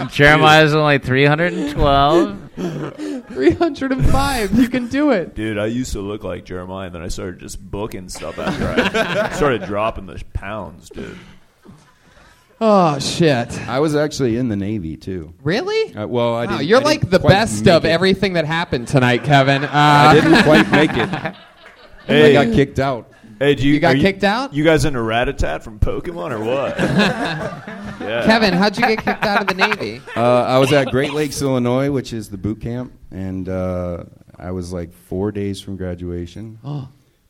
Jeremiah's only 312. 305. You can do it. Dude, I used to look like Jeremiah, and then I started just booking stuff after I started dropping the pounds, dude. Oh shit! I was actually in the Navy too. Really? Uh, well, I Wow, didn't. you're I like didn't the quite best make of it. everything that happened tonight, Kevin. Uh, I didn't quite make it. Hey. I got kicked out. Hey, do you, You got are kicked out? You guys into Ratatat from Pokemon or what? yeah. Kevin, how'd you get kicked out of the Navy? Uh, I was at Great Lakes, Illinois, which is the boot camp, and uh, I was like four days from graduation. Oh.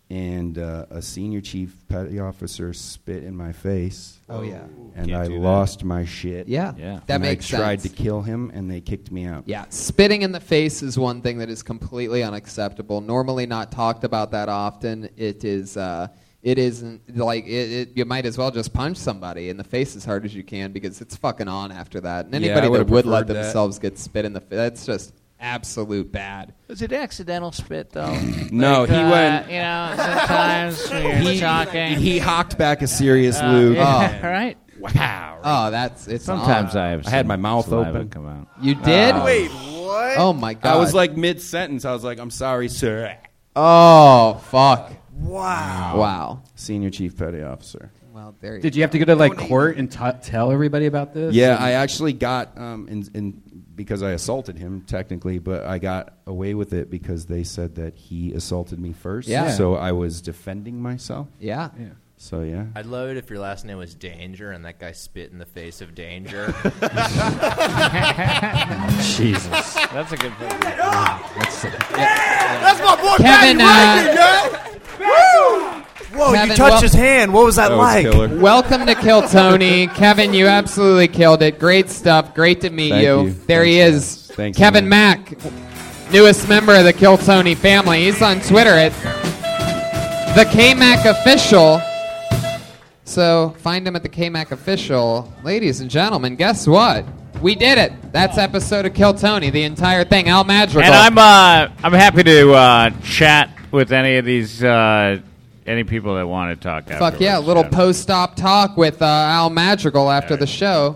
And uh, a senior chief petty officer spit in my face. Oh, yeah. And Can't I do that. lost my shit. Yeah. Yeah. That And makes I tried sense. to kill him, and they kicked me out. Yeah, spitting in the face is one thing that is completely unacceptable. Normally not talked about that often. It is. Uh, it isn't like it, it. You might as well just punch somebody in the face as hard as you can because it's fucking on after that. And Yeah, anybody I that would've would let preferred that. themselves get spit in the face—that's just absolute bad. Was it accidental spit though? No, Like, he uh, went- You know, sometimes when you're He- talking. He hocked back a serious lube. Uh, yeah, right. Wow. Oh, that's it's. Sometimes on. I have I had my some mouth saliva open. come out. Ah. Ah. You did? Oh. Wait, what? Oh my I God. was like mid sentence. I was like, "I'm sorry, sir." Oh fuck! Wow. Wow. Senior chief petty officer. Well, there Did you have to go to like court and t- tell everybody about this? Yeah, I actually got um, in, in because I assaulted him technically, but I got away with it because they said that he assaulted me first. Yeah. So I was defending myself. Yeah. Yeah. So yeah. I'd love it if your last name was Danger and that guy spit in the face of danger. Jesus. That's a good point. That's That's my boy Kevin, uh, Patty Woo! Whoa, Kevin, you touched wel- his hand. What was that, like? Welcome to Kill Tony. Kevin, you absolutely killed it. Great stuff. Great to meet Thank you. you. There he is. Thanks, Kevin Mack, newest member of the Kill Tony family. He's on Twitter at the KMac official. So find him at the KMac official. Ladies and gentlemen, guess what? We did it. That's episode of Kill Tony, the entire thing. Al Madrigal. And I'm uh, I'm happy to uh, chat with any of these uh, any people that want to talk. Fuck yeah, a little post op talk with uh, Al Madrigal after the show.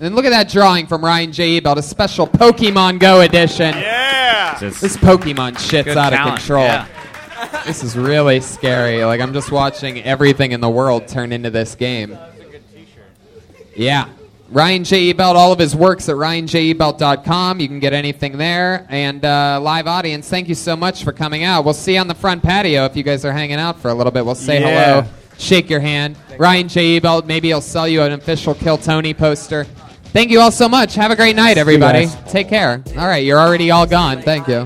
And look at that drawing from Ryan J. Ebelt, a special Pokemon Go edition. Yeah! This Pokemon shit's Good out of talent, control. yeah. This is really scary. Like, I'm just watching everything in the world turn into this game. Yeah. Ryan J. Ebelt, all of his works at ryanjebelt.com. You can get anything there. And uh, live audience, thank you so much for coming out. We'll see you on the front patio if you guys are hanging out for a little bit. We'll say Yeah. hello, shake your hand. Ryan J. Ebelt, maybe he'll sell you an official Kill Tony poster. Thank you all so much. Have a great night, everybody. guys. Take care. All right, you're already all gone. Thank you.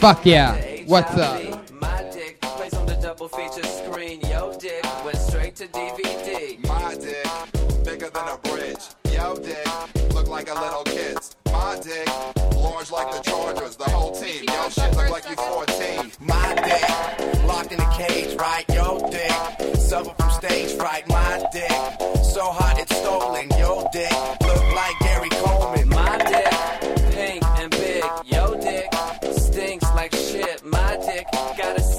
Fuck yeah. What's up? My dick plays on the double feature screen. Yo, dick went straight to DVD. My dick, bigger than a bridge. Yo, dick, look like a little kid's. My dick, large like the Chargers, the whole team. Yo, shit, look like you 14. My dick, locked in a cage, right? Yo, dick, suffer from stage fright. My dick, so hot it's stolen. Yo, dick, look like Gary Coleman. My dick, pink and big. Yo, dick, stinks like shit. My dick, got a